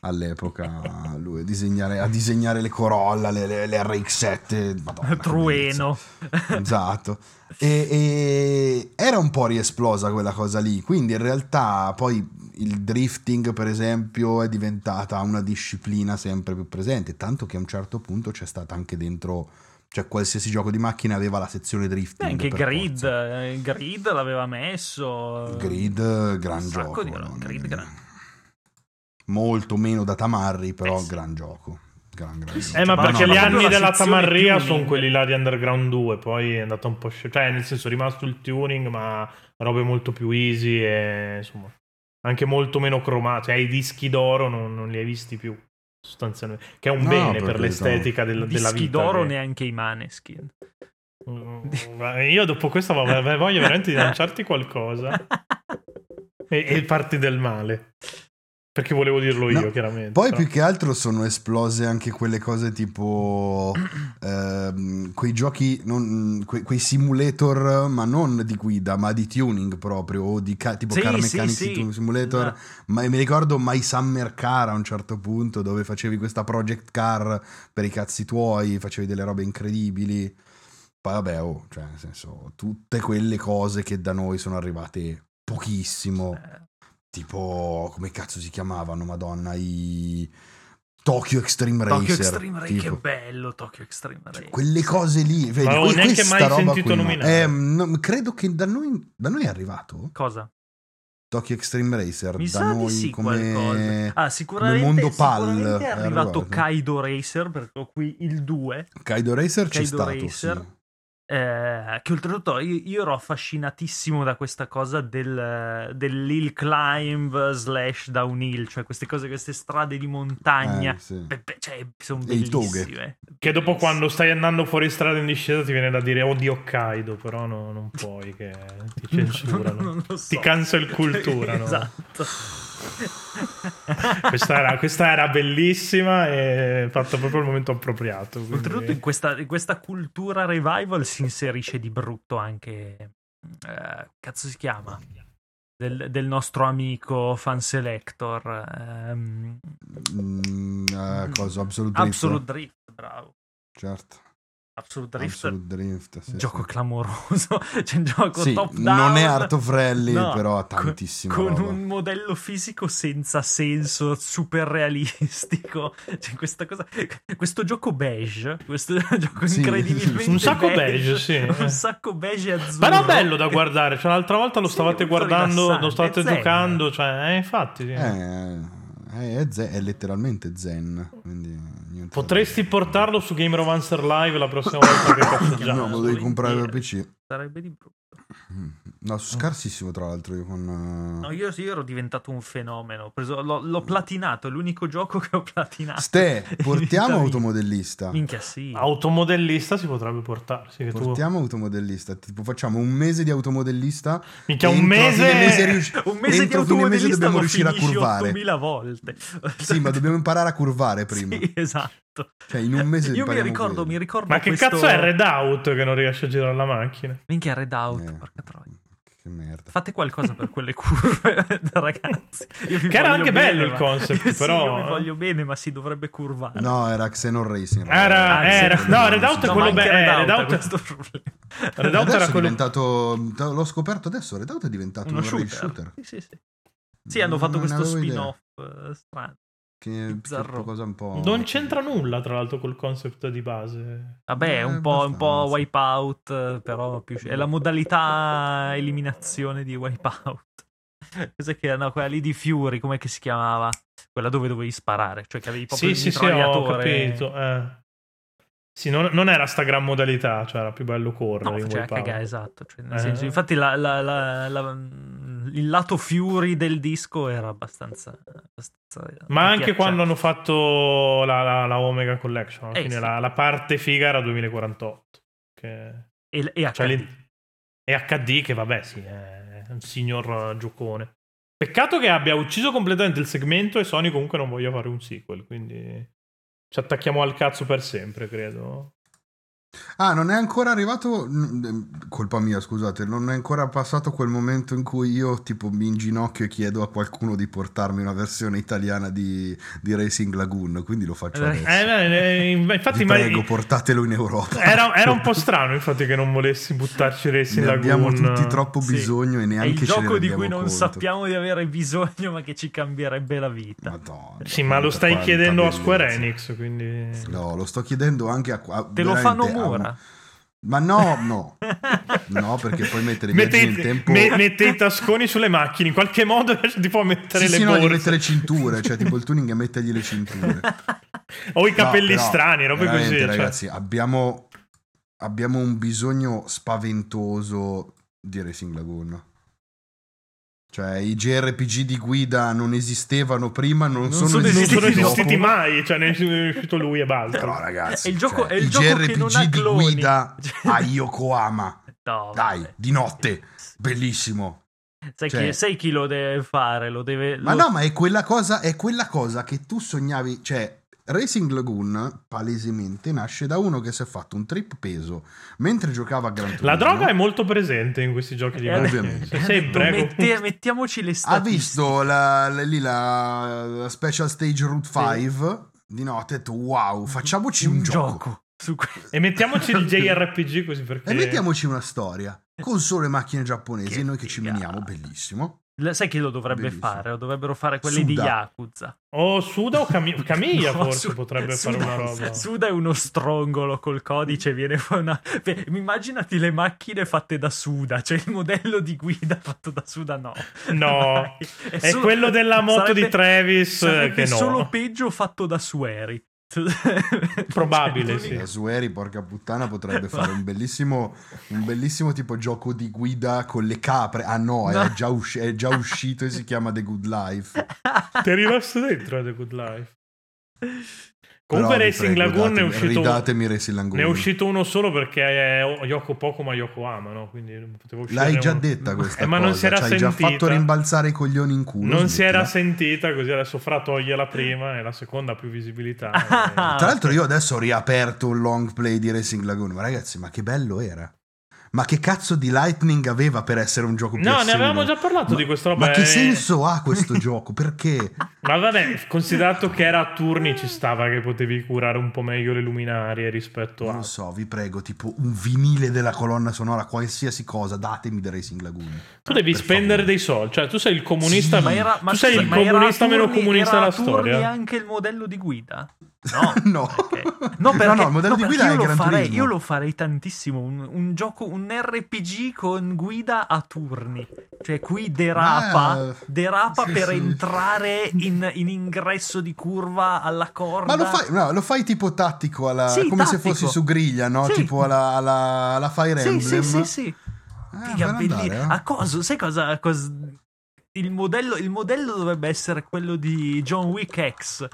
Speaker 3: all'epoca lui a disegnare, a disegnare le Corolla, le, le- le RX7, Madonna, che
Speaker 1: Trueno.
Speaker 3: bellezza. Esatto. E, e era un po' riesplosa quella cosa lì, quindi in realtà poi il drifting per esempio è diventata una disciplina sempre più presente, tanto che a un certo punto c'è stata anche dentro, cioè qualsiasi gioco di macchina aveva la sezione
Speaker 1: Beh,
Speaker 3: drifting.
Speaker 1: anche
Speaker 3: per
Speaker 1: Grid,
Speaker 3: forza.
Speaker 1: eh, Grid l'aveva messo.
Speaker 3: Grid, gran
Speaker 1: Un sacco
Speaker 3: gioco.
Speaker 1: di roba,
Speaker 3: no?
Speaker 1: Grid, gran-
Speaker 3: Molto meno da Tamarri, però
Speaker 1: Eh sì.
Speaker 3: gran gioco. Gran, gran gioco.
Speaker 2: Eh, ma
Speaker 1: Ma
Speaker 2: perché
Speaker 1: no,
Speaker 2: gli
Speaker 1: ma proprio
Speaker 2: anni
Speaker 1: la
Speaker 2: della
Speaker 1: sezione
Speaker 2: Tamarria
Speaker 1: tuning.
Speaker 2: sono quelli là di Underground 2, poi è andato un po' sci- cioè nel senso è rimasto il tuning, ma robe molto più easy e insomma anche molto meno cromate, cioè i dischi d'oro non, non li hai visti più sostanzialmente, che è un
Speaker 3: No,
Speaker 2: bene
Speaker 3: per
Speaker 2: per
Speaker 3: carità.
Speaker 2: l'estetica del- della
Speaker 1: Dischi
Speaker 2: vita.
Speaker 1: d'oro
Speaker 2: che-
Speaker 1: neanche i Maneskin.
Speaker 2: Mm, Io dopo questo avevo voglia veramente di lanciarti qualcosa e, e farti del male. Perché volevo dirlo
Speaker 3: No,
Speaker 2: io, chiaramente.
Speaker 3: Poi
Speaker 2: però.
Speaker 3: più che altro sono esplose anche quelle cose tipo ehm, quei giochi, non- que- quei simulator, ma non di guida, ma di tuning proprio, o di ca- tipo
Speaker 1: Sì,
Speaker 3: Car
Speaker 1: sì,
Speaker 3: Mechanics
Speaker 1: sì.
Speaker 3: Tu- Simulator.
Speaker 1: No.
Speaker 3: Ma mi ricordo My Summer Car a un certo punto dove facevi questa project car per i cazzi tuoi, facevi delle robe incredibili. Poi vabbè, oh, cioè nel senso, tutte quelle cose che da noi sono arrivate pochissimo,
Speaker 1: Eh,
Speaker 3: tipo come cazzo si chiamavano, madonna, i Tokyo Extreme Racer.
Speaker 1: Tokyo Extreme Ray, che
Speaker 3: tipo. Cioè,
Speaker 1: bello Tokyo Extreme Ray.
Speaker 3: Quelle cose lì, vedi,
Speaker 2: avevo
Speaker 3: que-
Speaker 2: neanche
Speaker 3: questa
Speaker 2: mai
Speaker 3: roba
Speaker 2: sentito
Speaker 3: qui, no.
Speaker 2: nominare.
Speaker 3: Eh, no, credo che da noi, da noi è arrivato
Speaker 1: Cosa?
Speaker 3: Tokyo Extreme Racer,
Speaker 1: Mi
Speaker 3: da
Speaker 1: sa
Speaker 3: noi
Speaker 1: di sì
Speaker 3: come
Speaker 1: qualcosa. Ah, sicuramente,
Speaker 3: mondo pal, eh,
Speaker 1: sicuramente
Speaker 3: è
Speaker 1: è arrivato
Speaker 3: arrivato.
Speaker 1: Kaido Racer, perché ho qui il 2,
Speaker 3: Kaido Racer c'è
Speaker 1: Kaido
Speaker 3: stato,
Speaker 1: Racer.
Speaker 3: sì.
Speaker 1: eh, che oltretutto io, io ero affascinatissimo da questa cosa del, dell'hill climb slash downhill, cioè queste cose, queste strade di montagna.
Speaker 3: Eh, sì.
Speaker 1: Pe- pe- cioè, sono
Speaker 3: E i toghe.
Speaker 1: bellissime.
Speaker 2: Che dopo quando stai andando fuori strada in discesa ti viene da dire oh di Hokkaido, però no, non puoi che ti censurano.
Speaker 1: Non lo so.
Speaker 2: Ti cancel cultura, no?
Speaker 1: Esatto.
Speaker 2: Questa era, questa era bellissima e fatta proprio al momento appropriato. quindi-
Speaker 1: Oltretutto in questa, in questa cultura revival si inserisce di brutto anche... eh, cazzo si chiama? Del, del nostro amico fan selector. ehm,
Speaker 3: Mm, eh, cosa? Absolute Drift?
Speaker 1: Absolute Drift, bravo.
Speaker 3: Certo.
Speaker 1: Absolute Drift,
Speaker 3: Absolute Drift, sì,
Speaker 1: gioco
Speaker 3: sì.
Speaker 1: clamoroso. C'è un gioco
Speaker 3: Sì,
Speaker 1: top down.
Speaker 3: non è Art of Rally,
Speaker 1: No,
Speaker 3: però ha
Speaker 1: co-
Speaker 3: tantissima
Speaker 1: con
Speaker 3: roba.
Speaker 1: un modello fisico senza senso, super realistico. Cioè, questa cosa, questo gioco beige, questo gioco
Speaker 3: Sì,
Speaker 1: incredibilmente
Speaker 2: un sacco beige,
Speaker 1: beige
Speaker 2: sì.
Speaker 3: eh.
Speaker 1: un sacco beige e azzurro.
Speaker 2: Però bello da guardare, cioè l'altra volta lo
Speaker 1: Sì,
Speaker 2: stavate
Speaker 1: molto
Speaker 2: guardando, lo
Speaker 1: rilassante,
Speaker 2: stavate
Speaker 1: zen.
Speaker 2: giocando, cioè eh, infatti... sì.
Speaker 3: Eh, eh, è, ze- è letteralmente zen. quindi niente da
Speaker 2: Potresti
Speaker 3: dire.
Speaker 2: portarlo su Game Romancer Live la prossima volta che
Speaker 3: No,
Speaker 2: passeggiamo.
Speaker 3: me lo devi comprare per
Speaker 1: volentieri.
Speaker 3: PC.
Speaker 1: Sarebbe di brutto.
Speaker 3: No, sono scarsissimo tra l'altro io con... eh,
Speaker 1: No, io, io ero diventato un fenomeno. Ho preso- l'ho, l'ho platinato, è l'unico gioco che ho platinato.
Speaker 3: Ste, portiamo
Speaker 1: Vita mia.
Speaker 3: automodellista.
Speaker 1: Minchia, sì.
Speaker 2: Automodellista si potrebbe portare. Sì, che tu-
Speaker 3: Portiamo automodellista. Tipo facciamo un mese di automodellista.
Speaker 2: Minchia,
Speaker 3: e
Speaker 2: un
Speaker 3: entro a fine
Speaker 2: mese.
Speaker 3: riusci-
Speaker 1: Un mese di
Speaker 3: entro fine mese
Speaker 1: automodelista
Speaker 3: dobbiamo
Speaker 1: lo
Speaker 3: riuscire a
Speaker 1: finisci
Speaker 3: curvare.
Speaker 1: 8000 volte.
Speaker 3: Sì, ma dobbiamo imparare a curvare prima.
Speaker 1: Sì, esatto.
Speaker 3: Cioè, in un mese
Speaker 1: Io mi
Speaker 3: impariamo
Speaker 1: ricordo,
Speaker 3: quello.
Speaker 1: mi ricordo
Speaker 2: Ma che
Speaker 1: questo-
Speaker 2: cazzo è Redout che non riesce a girare la macchina?
Speaker 1: Minchia, Redout,
Speaker 3: Eh.
Speaker 1: porca troia.
Speaker 3: Che merda.
Speaker 1: Fate qualcosa per quelle curve, ragazzi. Io vi
Speaker 2: Che era
Speaker 1: voglio
Speaker 2: anche
Speaker 1: bene,
Speaker 2: bello il
Speaker 1: ma-
Speaker 2: concept,
Speaker 1: Sì,
Speaker 2: però,
Speaker 1: io vi
Speaker 2: eh.
Speaker 1: voglio bene, ma si dovrebbe curvare.
Speaker 3: No, eh, era Xenon Racing.
Speaker 2: Ah, Era-
Speaker 3: ragazzi.
Speaker 1: era-
Speaker 3: Quello
Speaker 2: no,
Speaker 3: non
Speaker 2: Redout
Speaker 3: si
Speaker 1: No,
Speaker 2: è
Speaker 3: sa.
Speaker 2: quello
Speaker 1: ma anche
Speaker 2: be- eh,
Speaker 1: Redout ha
Speaker 2: Redout-
Speaker 1: questo problema.
Speaker 2: Redout
Speaker 3: Adesso
Speaker 2: era
Speaker 3: è
Speaker 2: quello.
Speaker 3: diventato. L'ho scoperto adesso. Redout è diventato
Speaker 1: Uno
Speaker 3: un rail
Speaker 1: shooter.
Speaker 3: shooter. Mm,
Speaker 1: Sì, sì, sì. Sì, hanno fatto
Speaker 3: Non
Speaker 1: questo
Speaker 3: avevo idea.
Speaker 1: spin-off eh, strano.
Speaker 3: Che, che
Speaker 1: bizzarro.
Speaker 3: cosa un po'.
Speaker 2: Non c'entra nulla, tra l'altro, col concept di base.
Speaker 1: Vabbè, è
Speaker 3: Eh,
Speaker 1: un po', un po'
Speaker 3: abbastanza.
Speaker 1: wipeout, eh, però più... è la modalità eliminazione di wipeout. Cos'è che no, quella lì di Fury, com'è che si chiamava? Quella dove dovevi sparare, cioè che avevi proprio
Speaker 2: Sì,
Speaker 1: il
Speaker 2: sì, sì, ho
Speaker 1: mitragliatore.
Speaker 2: capito. eh. Sì, non, non era sta gran modalità, cioè era più bello correre.
Speaker 1: No,
Speaker 2: in
Speaker 1: faceva
Speaker 2: Wipeout.
Speaker 1: cagare, esatto. cioè, nel
Speaker 2: Eh.
Speaker 1: senso, infatti la- la- la- la- mm, il lato Fury del disco era abbastanza... abbastanza
Speaker 2: Ma anche
Speaker 1: agghiacciante.
Speaker 2: quando hanno fatto la, la- la Omega Collection, alla
Speaker 1: Eh,
Speaker 2: fine
Speaker 1: sì.
Speaker 2: la, la parte figa era 2048. Che...
Speaker 1: E, e
Speaker 2: Cioè,
Speaker 1: HD.
Speaker 3: Eh.
Speaker 2: l'in- E HD che vabbè, sì, è un signor eh, giocone. Peccato che abbia ucciso completamente il segmento e Sony comunque non voglia fare un sequel, quindi ci attacchiamo al cazzo per sempre, credo.
Speaker 3: Ah, non è ancora arrivato. mm, Colpa mia, scusate. Non è ancora passato quel momento in cui io, tipo, mi inginocchio e chiedo a qualcuno di portarmi una versione italiana di, di Racing Lagoon. Quindi lo faccio
Speaker 1: Eh,
Speaker 3: adesso.
Speaker 2: Eh, eh, eh, infatti,
Speaker 3: Vi
Speaker 2: ma-
Speaker 3: prego, portatelo in Europa.
Speaker 2: era, era un po' strano, infatti, che non volessi buttarci Racing
Speaker 3: Ne abbiamo
Speaker 2: Lagoon.
Speaker 3: tutti troppo
Speaker 1: Sì.
Speaker 3: bisogno e
Speaker 1: È
Speaker 3: neanche
Speaker 1: il
Speaker 3: ce ne
Speaker 1: gioco di
Speaker 3: rendiamo
Speaker 1: cui non
Speaker 3: conto.
Speaker 1: sappiamo di avere bisogno, ma che ci cambierebbe la vita.
Speaker 3: Madonna,
Speaker 2: Sì, ma lo stai
Speaker 3: quanta
Speaker 2: chiedendo a
Speaker 3: bellezza.
Speaker 2: Square Enix, quindi...
Speaker 3: No, lo sto chiedendo anche a. a
Speaker 1: Te lo fanno
Speaker 3: veramente a un-
Speaker 1: Mura.
Speaker 3: Ma no, no, no, perché puoi mettere i viaggi nel
Speaker 2: Mettete,
Speaker 3: tempo.
Speaker 2: me- mette i tasconi sulle macchine, in qualche modo riesce tipo a mettere
Speaker 3: Sì,
Speaker 2: le
Speaker 3: sì, no,
Speaker 2: borse
Speaker 3: gli mette le cinture, cioè tipo il tuning e mettergli le cinture.
Speaker 2: o i capelli
Speaker 3: No, però,
Speaker 2: strani, robe
Speaker 3: veramente,
Speaker 2: così. cioè.
Speaker 3: Ragazzi, abbiamo, abbiamo un bisogno spaventoso di Racing Lagoon. Cioè, i JRPG di guida non esistevano prima, non,
Speaker 1: Non
Speaker 3: sono,
Speaker 1: sono
Speaker 2: non
Speaker 3: esistiti
Speaker 2: sono
Speaker 1: Esistiti
Speaker 3: dopo.
Speaker 2: esistiti mai, cioè ne è uscito lui e basta.
Speaker 3: Però, ragazzi,
Speaker 1: È il gioco-
Speaker 3: cioè,
Speaker 1: è il
Speaker 3: i
Speaker 1: gioco che
Speaker 3: JRPG
Speaker 1: non ha
Speaker 3: di
Speaker 1: cloni.
Speaker 3: guida
Speaker 1: Cioè-
Speaker 3: a Yokohama,
Speaker 1: No,
Speaker 3: dai,
Speaker 1: vabbè.
Speaker 3: di notte, bellissimo.
Speaker 1: Sai,
Speaker 3: cioè-
Speaker 1: chi, sai chi lo deve fare? Lo deve,
Speaker 3: Ma
Speaker 1: lo-
Speaker 3: no, ma è quella cosa, è quella cosa che tu sognavi, cioè Racing Lagoon palesemente nasce da uno che si è fatto un trip peso mentre giocava a Gran Turismo.
Speaker 2: La droga è molto presente in questi giochi di
Speaker 1: Eh, adesso-
Speaker 2: macchine.
Speaker 3: ovviamente.
Speaker 2: Cioè, sempre,
Speaker 1: Mette-
Speaker 2: ecco.
Speaker 1: mettiamoci le
Speaker 3: Ha
Speaker 1: statistiche.
Speaker 3: visto la, la- lì la, la special stage Route 5 di notte e ha detto wow, facciamoci un, gioco.
Speaker 1: su que-
Speaker 2: E mettiamoci il JRPG così perché...
Speaker 3: E mettiamoci una storia con solo le macchine giapponesi
Speaker 1: Che
Speaker 3: e noi che ci
Speaker 1: figata.
Speaker 3: miniamo, bellissimo.
Speaker 1: La- sai chi lo dovrebbe
Speaker 3: Bellissimo.
Speaker 1: fare? Lo dovrebbero fare quelli di
Speaker 3: Suda.
Speaker 1: Yakuza.
Speaker 2: O Suda o Cami- Camilla
Speaker 1: No,
Speaker 2: forse
Speaker 1: Su-
Speaker 2: potrebbe
Speaker 1: Suda-
Speaker 2: fare una roba.
Speaker 1: Suda è uno strongolo col codice. Viene fuori una. Beh, immaginati le macchine fatte da Suda. Cioè il modello di guida fatto da Suda, no.
Speaker 2: No,
Speaker 1: Dai,
Speaker 2: è
Speaker 1: solo-
Speaker 2: quello della moto
Speaker 1: sarebbe-
Speaker 2: di Travis eh,
Speaker 1: Sarebbe
Speaker 2: che no.
Speaker 1: solo peggio fatto da Sueri.
Speaker 2: Probabile,
Speaker 1: Cioè,
Speaker 2: Sì.
Speaker 3: La Sueri, porca puttana, potrebbe fare un bellissimo, un bellissimo tipo gioco di guida con le capre. Ah
Speaker 1: No.
Speaker 3: no, È, già usci- è già uscito e si chiama The Good Life.
Speaker 2: Ti è rimasto dentro eh, The Good Life.
Speaker 3: Però,
Speaker 2: Comunque
Speaker 3: vi
Speaker 2: Racing
Speaker 3: prego,
Speaker 2: Lagoon ne è
Speaker 3: datemi-
Speaker 2: uscito...
Speaker 3: Ridatemi Racing Lagoon.
Speaker 2: Ne è uscito uno solo perché è Yoko Poco ma Yokohama, no? Quindi non potevo uscire
Speaker 3: L'hai
Speaker 2: uno.
Speaker 3: già detta questa
Speaker 2: Eh, ma non
Speaker 3: cosa,
Speaker 2: si era
Speaker 3: ci hai già
Speaker 2: sentita.
Speaker 3: fatto rimbalzare i coglioni in culo.
Speaker 2: Non si era
Speaker 3: sentito.
Speaker 2: sentita, così adesso Fra toglie la prima e la seconda ha più visibilità. eh.
Speaker 1: Ah.
Speaker 3: Tra l'altro io adesso ho riaperto un long play di Racing Lagoon, ma ragazzi, ma che bello era. Ma che cazzo di lightning aveva per essere un gioco
Speaker 2: No,
Speaker 3: PS1?
Speaker 2: ne avevamo già parlato
Speaker 3: Ma-
Speaker 2: di questa roba.
Speaker 3: Ma che
Speaker 2: eh.
Speaker 3: senso ha questo gioco? Perché?
Speaker 2: Ma vabbè, considerato che era a turni ci stava che potevi curare un po' meglio le luminarie rispetto
Speaker 3: Non
Speaker 2: a...
Speaker 3: lo so, vi prego, tipo un vinile della colonna sonora, qualsiasi cosa, datemi The Racing Lagoon.
Speaker 2: Tu devi
Speaker 3: Per
Speaker 2: spendere
Speaker 3: favore.
Speaker 2: dei soldi, cioè tu sei il comunista...
Speaker 3: Sì,
Speaker 2: ma
Speaker 3: ma
Speaker 1: era,
Speaker 2: tu sei il
Speaker 1: scusa, ma era
Speaker 2: comunista
Speaker 1: a
Speaker 2: meno
Speaker 1: turni-
Speaker 2: comunista
Speaker 1: era a
Speaker 2: della
Speaker 1: turni
Speaker 2: storia.
Speaker 1: anche il modello di guida? No.
Speaker 3: No.
Speaker 1: ok. No, perché,
Speaker 3: No, no, il
Speaker 1: no,
Speaker 3: modello di
Speaker 1: perché
Speaker 3: guida
Speaker 1: io
Speaker 3: è
Speaker 1: lo
Speaker 3: Gran
Speaker 1: farei,
Speaker 3: Turismo.
Speaker 1: io lo farei tantissimo, un, un gioco, un RPG con guida a turni. Cioè qui derapa,
Speaker 3: Ma-
Speaker 1: derapa
Speaker 3: Ah, sì,
Speaker 1: per
Speaker 3: sì.
Speaker 1: entrare in, in ingresso di curva alla corda.
Speaker 3: Ma lo fai, no, lo fai tipo tattico, alla-
Speaker 1: Sì,
Speaker 3: come se
Speaker 1: tattico.
Speaker 3: fossi su griglia, no?
Speaker 1: Sì.
Speaker 3: Tipo alla, alla- alla Fire
Speaker 1: Sì, sì,
Speaker 3: Emblem.
Speaker 1: sì, sì.
Speaker 3: Eh,
Speaker 1: Figa,
Speaker 3: per andare,
Speaker 1: belli-
Speaker 3: eh.
Speaker 1: A coso, sai cosa? a cos- Il, modello, il modello dovrebbe essere quello di John Wick X,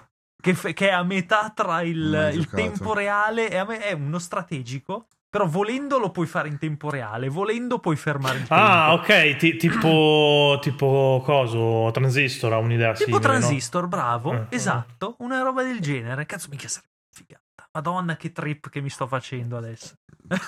Speaker 1: che, fe- che è a metà tra
Speaker 3: Non l'ho
Speaker 1: il,
Speaker 3: mai
Speaker 1: il
Speaker 3: giocato.
Speaker 1: tempo reale e a me- è uno strategico. Però volendo lo puoi fare in tempo reale, volendo puoi fermare il tempo.
Speaker 2: Ah, ok, ti- tipo, tipo coso, transistor ha un'idea
Speaker 1: Tipo
Speaker 2: simile, no?
Speaker 1: Transistor, bravo,
Speaker 2: Eh.
Speaker 1: esatto, una roba del genere. Cazzo, mica sarebbe una figata. Madonna, che trip che mi sto facendo adesso.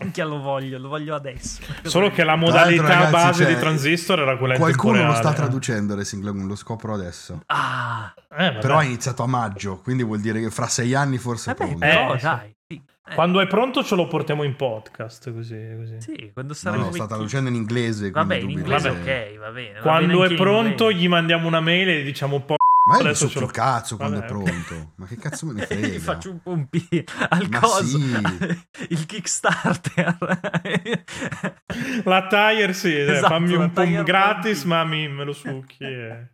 Speaker 1: Minchia, lo voglio, lo voglio adesso.
Speaker 2: Solo che la
Speaker 3: Tra l'altro,
Speaker 2: modalità
Speaker 3: ragazzi,
Speaker 2: base
Speaker 3: cioè,
Speaker 2: di transistor era quella in
Speaker 3: Qualcuno
Speaker 2: tempo
Speaker 3: lo sta
Speaker 2: reale.
Speaker 3: traducendo Racing Lagoon, lo scopro adesso.
Speaker 1: Ah,
Speaker 2: Eh, vabbè.
Speaker 3: Però ha iniziato a maggio, quindi vuol dire che fra sei anni forse è
Speaker 1: vabbè,
Speaker 3: pronto.
Speaker 1: però
Speaker 2: Eh, sì.
Speaker 1: dai. sì, eh,
Speaker 2: Quando è pronto ce lo portiamo in podcast, così. così.
Speaker 1: sì, quando
Speaker 3: No,
Speaker 1: saremo
Speaker 3: no, sta
Speaker 1: vecchi-
Speaker 3: traducendo in inglese.
Speaker 1: Vabbè, in
Speaker 3: quindi dubito
Speaker 1: inglese
Speaker 3: se-
Speaker 1: ok, va bene. va
Speaker 2: Quando
Speaker 1: bene
Speaker 2: è
Speaker 1: anche in
Speaker 2: pronto
Speaker 1: inglese.
Speaker 2: gli mandiamo una mail e gli diciamo po'.
Speaker 3: Ma io
Speaker 2: Adesso
Speaker 3: adesso
Speaker 2: ce
Speaker 3: sul
Speaker 2: lo-
Speaker 3: cazzo quando
Speaker 2: Vabbè,
Speaker 3: è
Speaker 2: ok.
Speaker 3: pronto. Ma che cazzo me ne
Speaker 1: E
Speaker 3: frega?
Speaker 1: gli faccio un pompi al
Speaker 3: Ma
Speaker 1: coso.
Speaker 3: sì.
Speaker 1: Il Kickstarter.
Speaker 2: La tire, sì, dai,
Speaker 1: Esatto,
Speaker 2: fammi
Speaker 1: la
Speaker 2: un po'
Speaker 1: tire
Speaker 2: gratis,
Speaker 1: pronti.
Speaker 2: ma mi- me lo succhi. e-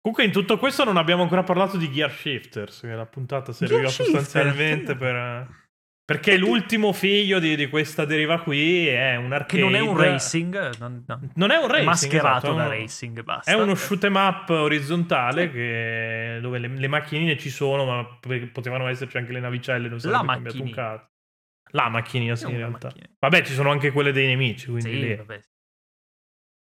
Speaker 2: Comunque, in tutto questo, non abbiamo ancora parlato di Gear Shifters, che la puntata serviva
Speaker 1: Gear Shifters,
Speaker 2: sostanzialmente
Speaker 1: sì.
Speaker 2: per. Perché l'ultimo figlio di, di questa deriva qui è un
Speaker 1: che
Speaker 2: arcade.
Speaker 1: non è un racing. non- no.
Speaker 2: Non è un
Speaker 1: È
Speaker 2: racing.
Speaker 1: mascherato
Speaker 2: esatto, è
Speaker 1: da
Speaker 2: un-
Speaker 1: racing, basta.
Speaker 2: È uno shoot 'em up
Speaker 1: Sì.
Speaker 2: orizzontale che- dove le, le macchinine ci sono, ma p- potevano esserci anche le navicelle. Non sarebbe cambiato un
Speaker 1: macchinina.
Speaker 2: cazzo. La macchinina, sì,
Speaker 1: È
Speaker 2: in
Speaker 1: una
Speaker 2: realtà.
Speaker 1: macchina.
Speaker 2: Vabbè, ci sono anche quelle dei nemici, quindi
Speaker 1: Sì,
Speaker 2: lì.
Speaker 1: vabbè.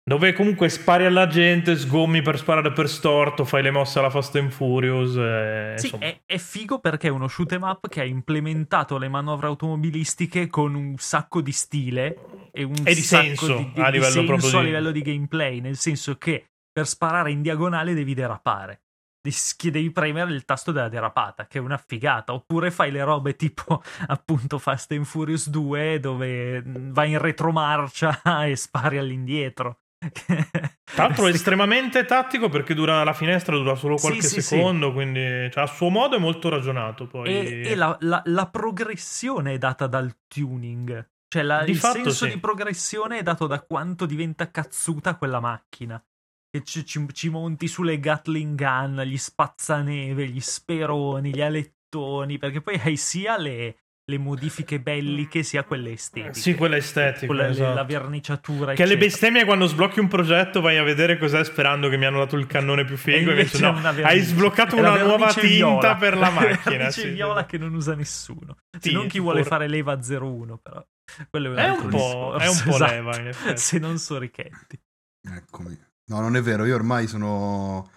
Speaker 2: Dove comunque spari alla gente, sgommi per sparare per storto, fai le mosse alla Fast and Furious. eh,
Speaker 1: Sì,
Speaker 2: insomma.
Speaker 1: è, è figo perché è uno shoot 'em up che ha implementato le manovre automobilistiche con un sacco di stile e un
Speaker 2: E di
Speaker 1: sacco
Speaker 2: senso,
Speaker 1: di, di-
Speaker 2: a
Speaker 1: di
Speaker 2: livello
Speaker 1: senso
Speaker 2: proprio di-
Speaker 1: a livello di gameplay, nel senso che per sparare in diagonale devi derapare. Devi schi- Devi premere il tasto della derapata, che è una figata. Oppure fai le robe tipo appunto Fast and Furious 2, dove mh, vai in retromarcia e spari all'indietro.
Speaker 2: Tra l'altro è
Speaker 1: Queste-
Speaker 2: estremamente tattico perché dura la finestra dura solo
Speaker 1: Sì,
Speaker 2: qualche
Speaker 1: sì, sì.
Speaker 2: secondo, quindi cioè, a suo modo è molto ragionato. Poi.
Speaker 1: E, e la, la- la progressione è data dal tuning. Cioè, la-
Speaker 2: Di
Speaker 1: il
Speaker 2: fatto
Speaker 1: senso
Speaker 2: sì.
Speaker 1: di progressione è dato da quanto diventa cazzuta quella macchina. Che ci, ci- ci monti sulle Gatling Gun, gli spazzaneve, gli speroni, gli alettoni, perché poi hai sia le, le modifiche belliche sia quelle estetiche.
Speaker 2: Sì, quella estetica.
Speaker 1: Quella- le-
Speaker 2: esatto.
Speaker 1: La verniciatura.
Speaker 2: Che le
Speaker 1: eccetera.
Speaker 2: bestemmie quando sblocchi un progetto vai a vedere cos'è sperando che mi hanno dato il cannone più
Speaker 1: E
Speaker 2: figo.
Speaker 1: invece
Speaker 2: invece
Speaker 1: è
Speaker 2: no,
Speaker 1: una
Speaker 2: hai
Speaker 1: vernice.
Speaker 2: sbloccato
Speaker 1: È la
Speaker 2: una nuova
Speaker 1: vernice
Speaker 2: tinta
Speaker 1: viola.
Speaker 2: per la
Speaker 1: La
Speaker 2: macchina.
Speaker 1: vernice
Speaker 2: sì.
Speaker 1: viola che non usa nessuno. Se
Speaker 2: Sì,
Speaker 1: non chi vuole
Speaker 2: tipo-
Speaker 1: fare leva 01, però. Quello è un,
Speaker 2: È
Speaker 1: altro
Speaker 2: un po', è un
Speaker 1: discorso,
Speaker 2: po'
Speaker 1: esatto.
Speaker 2: leva in effetti.
Speaker 1: Se non so Richetti.
Speaker 3: Eccomi. No, non è vero, io ormai sono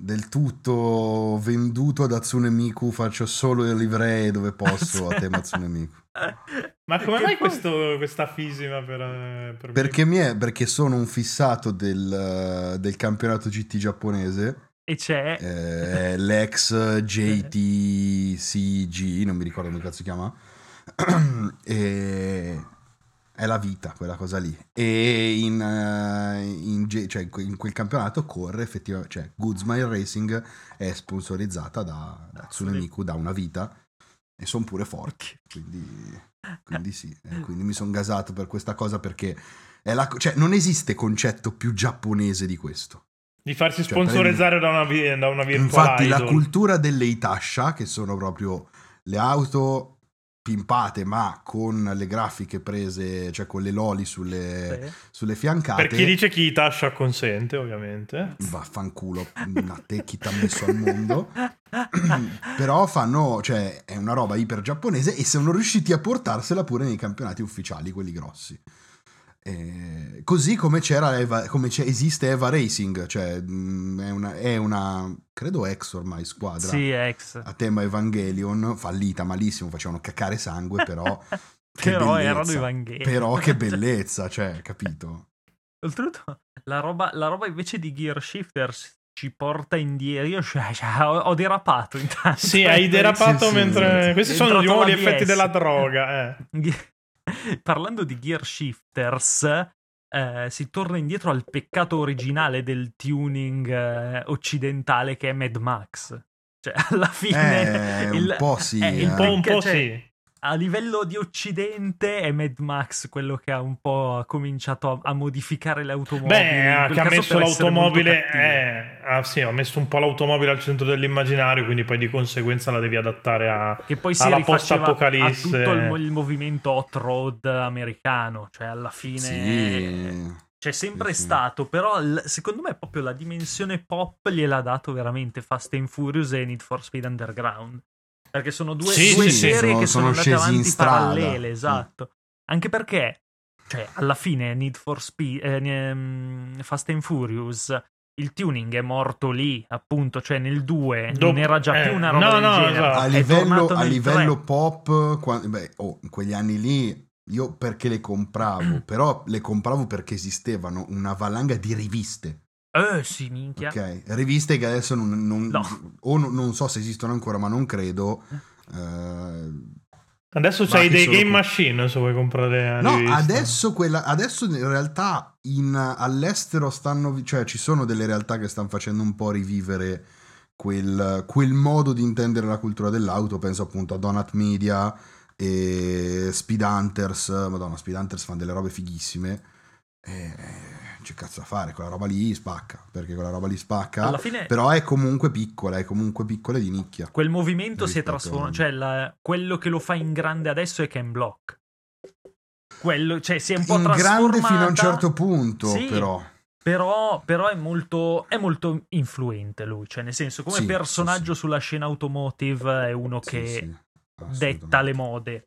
Speaker 3: del tutto venduto ad Atsune Miku, faccio solo le livree dove posso a tema Atsune Miku.
Speaker 2: Ma come
Speaker 1: Che
Speaker 2: mai
Speaker 1: poi-
Speaker 2: questo- questa fisima per, eh, per-
Speaker 3: Perché, mi è, perché sono un fissato del, del campionato GT giapponese,
Speaker 1: E c'è.
Speaker 3: eh, l'ex JTCG, non mi ricordo come cazzo si chiama, e è la vita quella cosa lì. E in, eh, in J- cioè, in que- in quel campionato corre effettivamente, cioè Goodsmile Racing è sponsorizzata da, da Tsunemiku da una vita e sono pure forti, quindi... Quindi sì, eh, quindi mi sono gasato per questa cosa perché è la co- cioè, non esiste concetto più giapponese di questo.
Speaker 2: di farsi
Speaker 3: Cioè, prendi-
Speaker 2: sponsorizzare da una, vi- da una virtual
Speaker 3: Infatti la
Speaker 2: idol?
Speaker 3: cultura delle Itasha, che sono proprio le auto pimpate ma con le grafiche prese, cioè con le loli sulle,
Speaker 1: eh,
Speaker 3: sulle fiancate,
Speaker 2: Per chi dice chi Tasha consente, ovviamente.
Speaker 3: vaffanculo, a te chi t'ha messo al mondo. Però fanno, cioè è una roba iper giapponese e sono riusciti a portarsela pure nei campionati ufficiali, quelli grossi. Eh, così come, c'era Eva- come c'è- esiste Eva Racing, cioè mh, è una, è una, credo ex ormai squadra
Speaker 1: Sì, ex.
Speaker 3: a tema Evangelion, fallita malissimo, facevano caccare sangue, però... che
Speaker 1: Però erano
Speaker 3: bellezza.
Speaker 1: Evangelion.
Speaker 3: Però che
Speaker 1: Cioè,
Speaker 3: bellezza, cioè, capito?
Speaker 1: Oltretutto, la roba, la roba invece di Gear Shifters ci porta indietro. Io cioè, cioè, ho, ho derapato intanto.
Speaker 2: Sì, hai derapato
Speaker 3: Sì, sì,
Speaker 2: mentre...
Speaker 3: sì.
Speaker 2: Questi
Speaker 1: È
Speaker 2: sono di
Speaker 1: entrato
Speaker 2: nuovo gli
Speaker 1: la
Speaker 2: effetti
Speaker 1: DS.
Speaker 2: della droga, eh.
Speaker 1: Ghi- Parlando di Gear Shifters, eh, si torna indietro al peccato originale del tuning eh, occidentale che è Mad Max. Cioè, alla fine
Speaker 3: Eh,
Speaker 1: il,
Speaker 3: un po' sì.
Speaker 1: eh, il
Speaker 3: eh.
Speaker 2: Un po', un
Speaker 1: Perché,
Speaker 2: po'
Speaker 1: cioè,
Speaker 2: sì.
Speaker 1: a livello di occidente è Mad Max quello che ha un po' cominciato a, a modificare le automobili.
Speaker 2: Beh,
Speaker 1: in quel
Speaker 2: che ha
Speaker 1: caso
Speaker 2: messo
Speaker 1: per essere molto
Speaker 2: l'automobile,
Speaker 1: cattivo.
Speaker 2: eh, ah, sì, ha messo un po' l'automobile al centro dell'immaginario, quindi poi di conseguenza la devi adattare a,
Speaker 1: che poi si
Speaker 2: alla
Speaker 1: rifaceva a
Speaker 2: post-apocalisse.
Speaker 1: tutto il, mo- il movimento off-road americano, cioè alla fine eh,
Speaker 3: Sì.
Speaker 1: c'è sempre
Speaker 3: sì, sì.
Speaker 1: stato, però l- secondo me proprio la dimensione pop gliel'ha dato veramente Fast and Furious e Need for Speed Underground, perché sono due,
Speaker 2: Sì,
Speaker 1: due
Speaker 2: sì, sì,
Speaker 1: serie
Speaker 3: sono-
Speaker 1: che sono,
Speaker 3: sono
Speaker 1: andate
Speaker 3: scesi in
Speaker 1: avanti
Speaker 3: strada.
Speaker 1: parallele,
Speaker 3: Mm.
Speaker 1: esatto, anche perché cioè, alla fine Need for Speed, eh, ehm, Fast and Furious... Il tuning è morto lì, appunto, cioè nel 2
Speaker 2: Dopo-
Speaker 1: non era già
Speaker 2: eh,
Speaker 1: più una roba
Speaker 2: no,
Speaker 1: del
Speaker 2: no,
Speaker 1: genere.
Speaker 2: esatto.
Speaker 1: è
Speaker 3: a livello,
Speaker 1: tornato
Speaker 3: a
Speaker 1: nel
Speaker 3: livello
Speaker 1: 3.
Speaker 3: pop, qua- beh, oh, in quegli anni lì io perché le compravo, però le compravo perché esistevano una valanga di riviste,
Speaker 1: Eh sì, minchia.
Speaker 3: ok? Riviste che adesso non, non-
Speaker 1: No.
Speaker 3: o non, non so se esistono ancora, ma non credo. Eh,
Speaker 2: Adesso
Speaker 3: Ma
Speaker 2: c'hai
Speaker 3: che
Speaker 2: dei
Speaker 3: solo
Speaker 2: game
Speaker 3: con-
Speaker 2: machine se vuoi comprare
Speaker 3: No,
Speaker 2: riviste.
Speaker 3: adesso, quella, adesso in realtà in- all'estero stanno, vi- cioè ci sono delle realtà che stanno facendo un po' rivivere quel, quel modo di intendere la cultura dell'auto, penso appunto a Donut Media e Speed Hunters, madonna Speed Hunters fanno delle robe fighissime, e, eh, c'è cazzo da fare, quella roba lì spacca, perché quella roba lì spacca,
Speaker 1: Alla fine
Speaker 3: ah, però è comunque piccola, è comunque piccola e di nicchia.
Speaker 1: quel movimento si è
Speaker 3: Rispetto a-
Speaker 1: trasformato, cioè la- quello che lo fa in grande adesso è Ken Block. Quello, cioè si è un po'
Speaker 3: In grande fino a un
Speaker 1: trasformata,
Speaker 3: certo punto,
Speaker 1: Sì.
Speaker 3: però.
Speaker 1: Però, però è, molto, è molto influente lui, cioè nel senso come
Speaker 3: Sì,
Speaker 1: personaggio
Speaker 3: sì, sì.
Speaker 1: sulla scena automotive è uno
Speaker 3: Sì,
Speaker 1: che
Speaker 3: sì,
Speaker 1: detta
Speaker 3: assolutamente.
Speaker 1: le mode.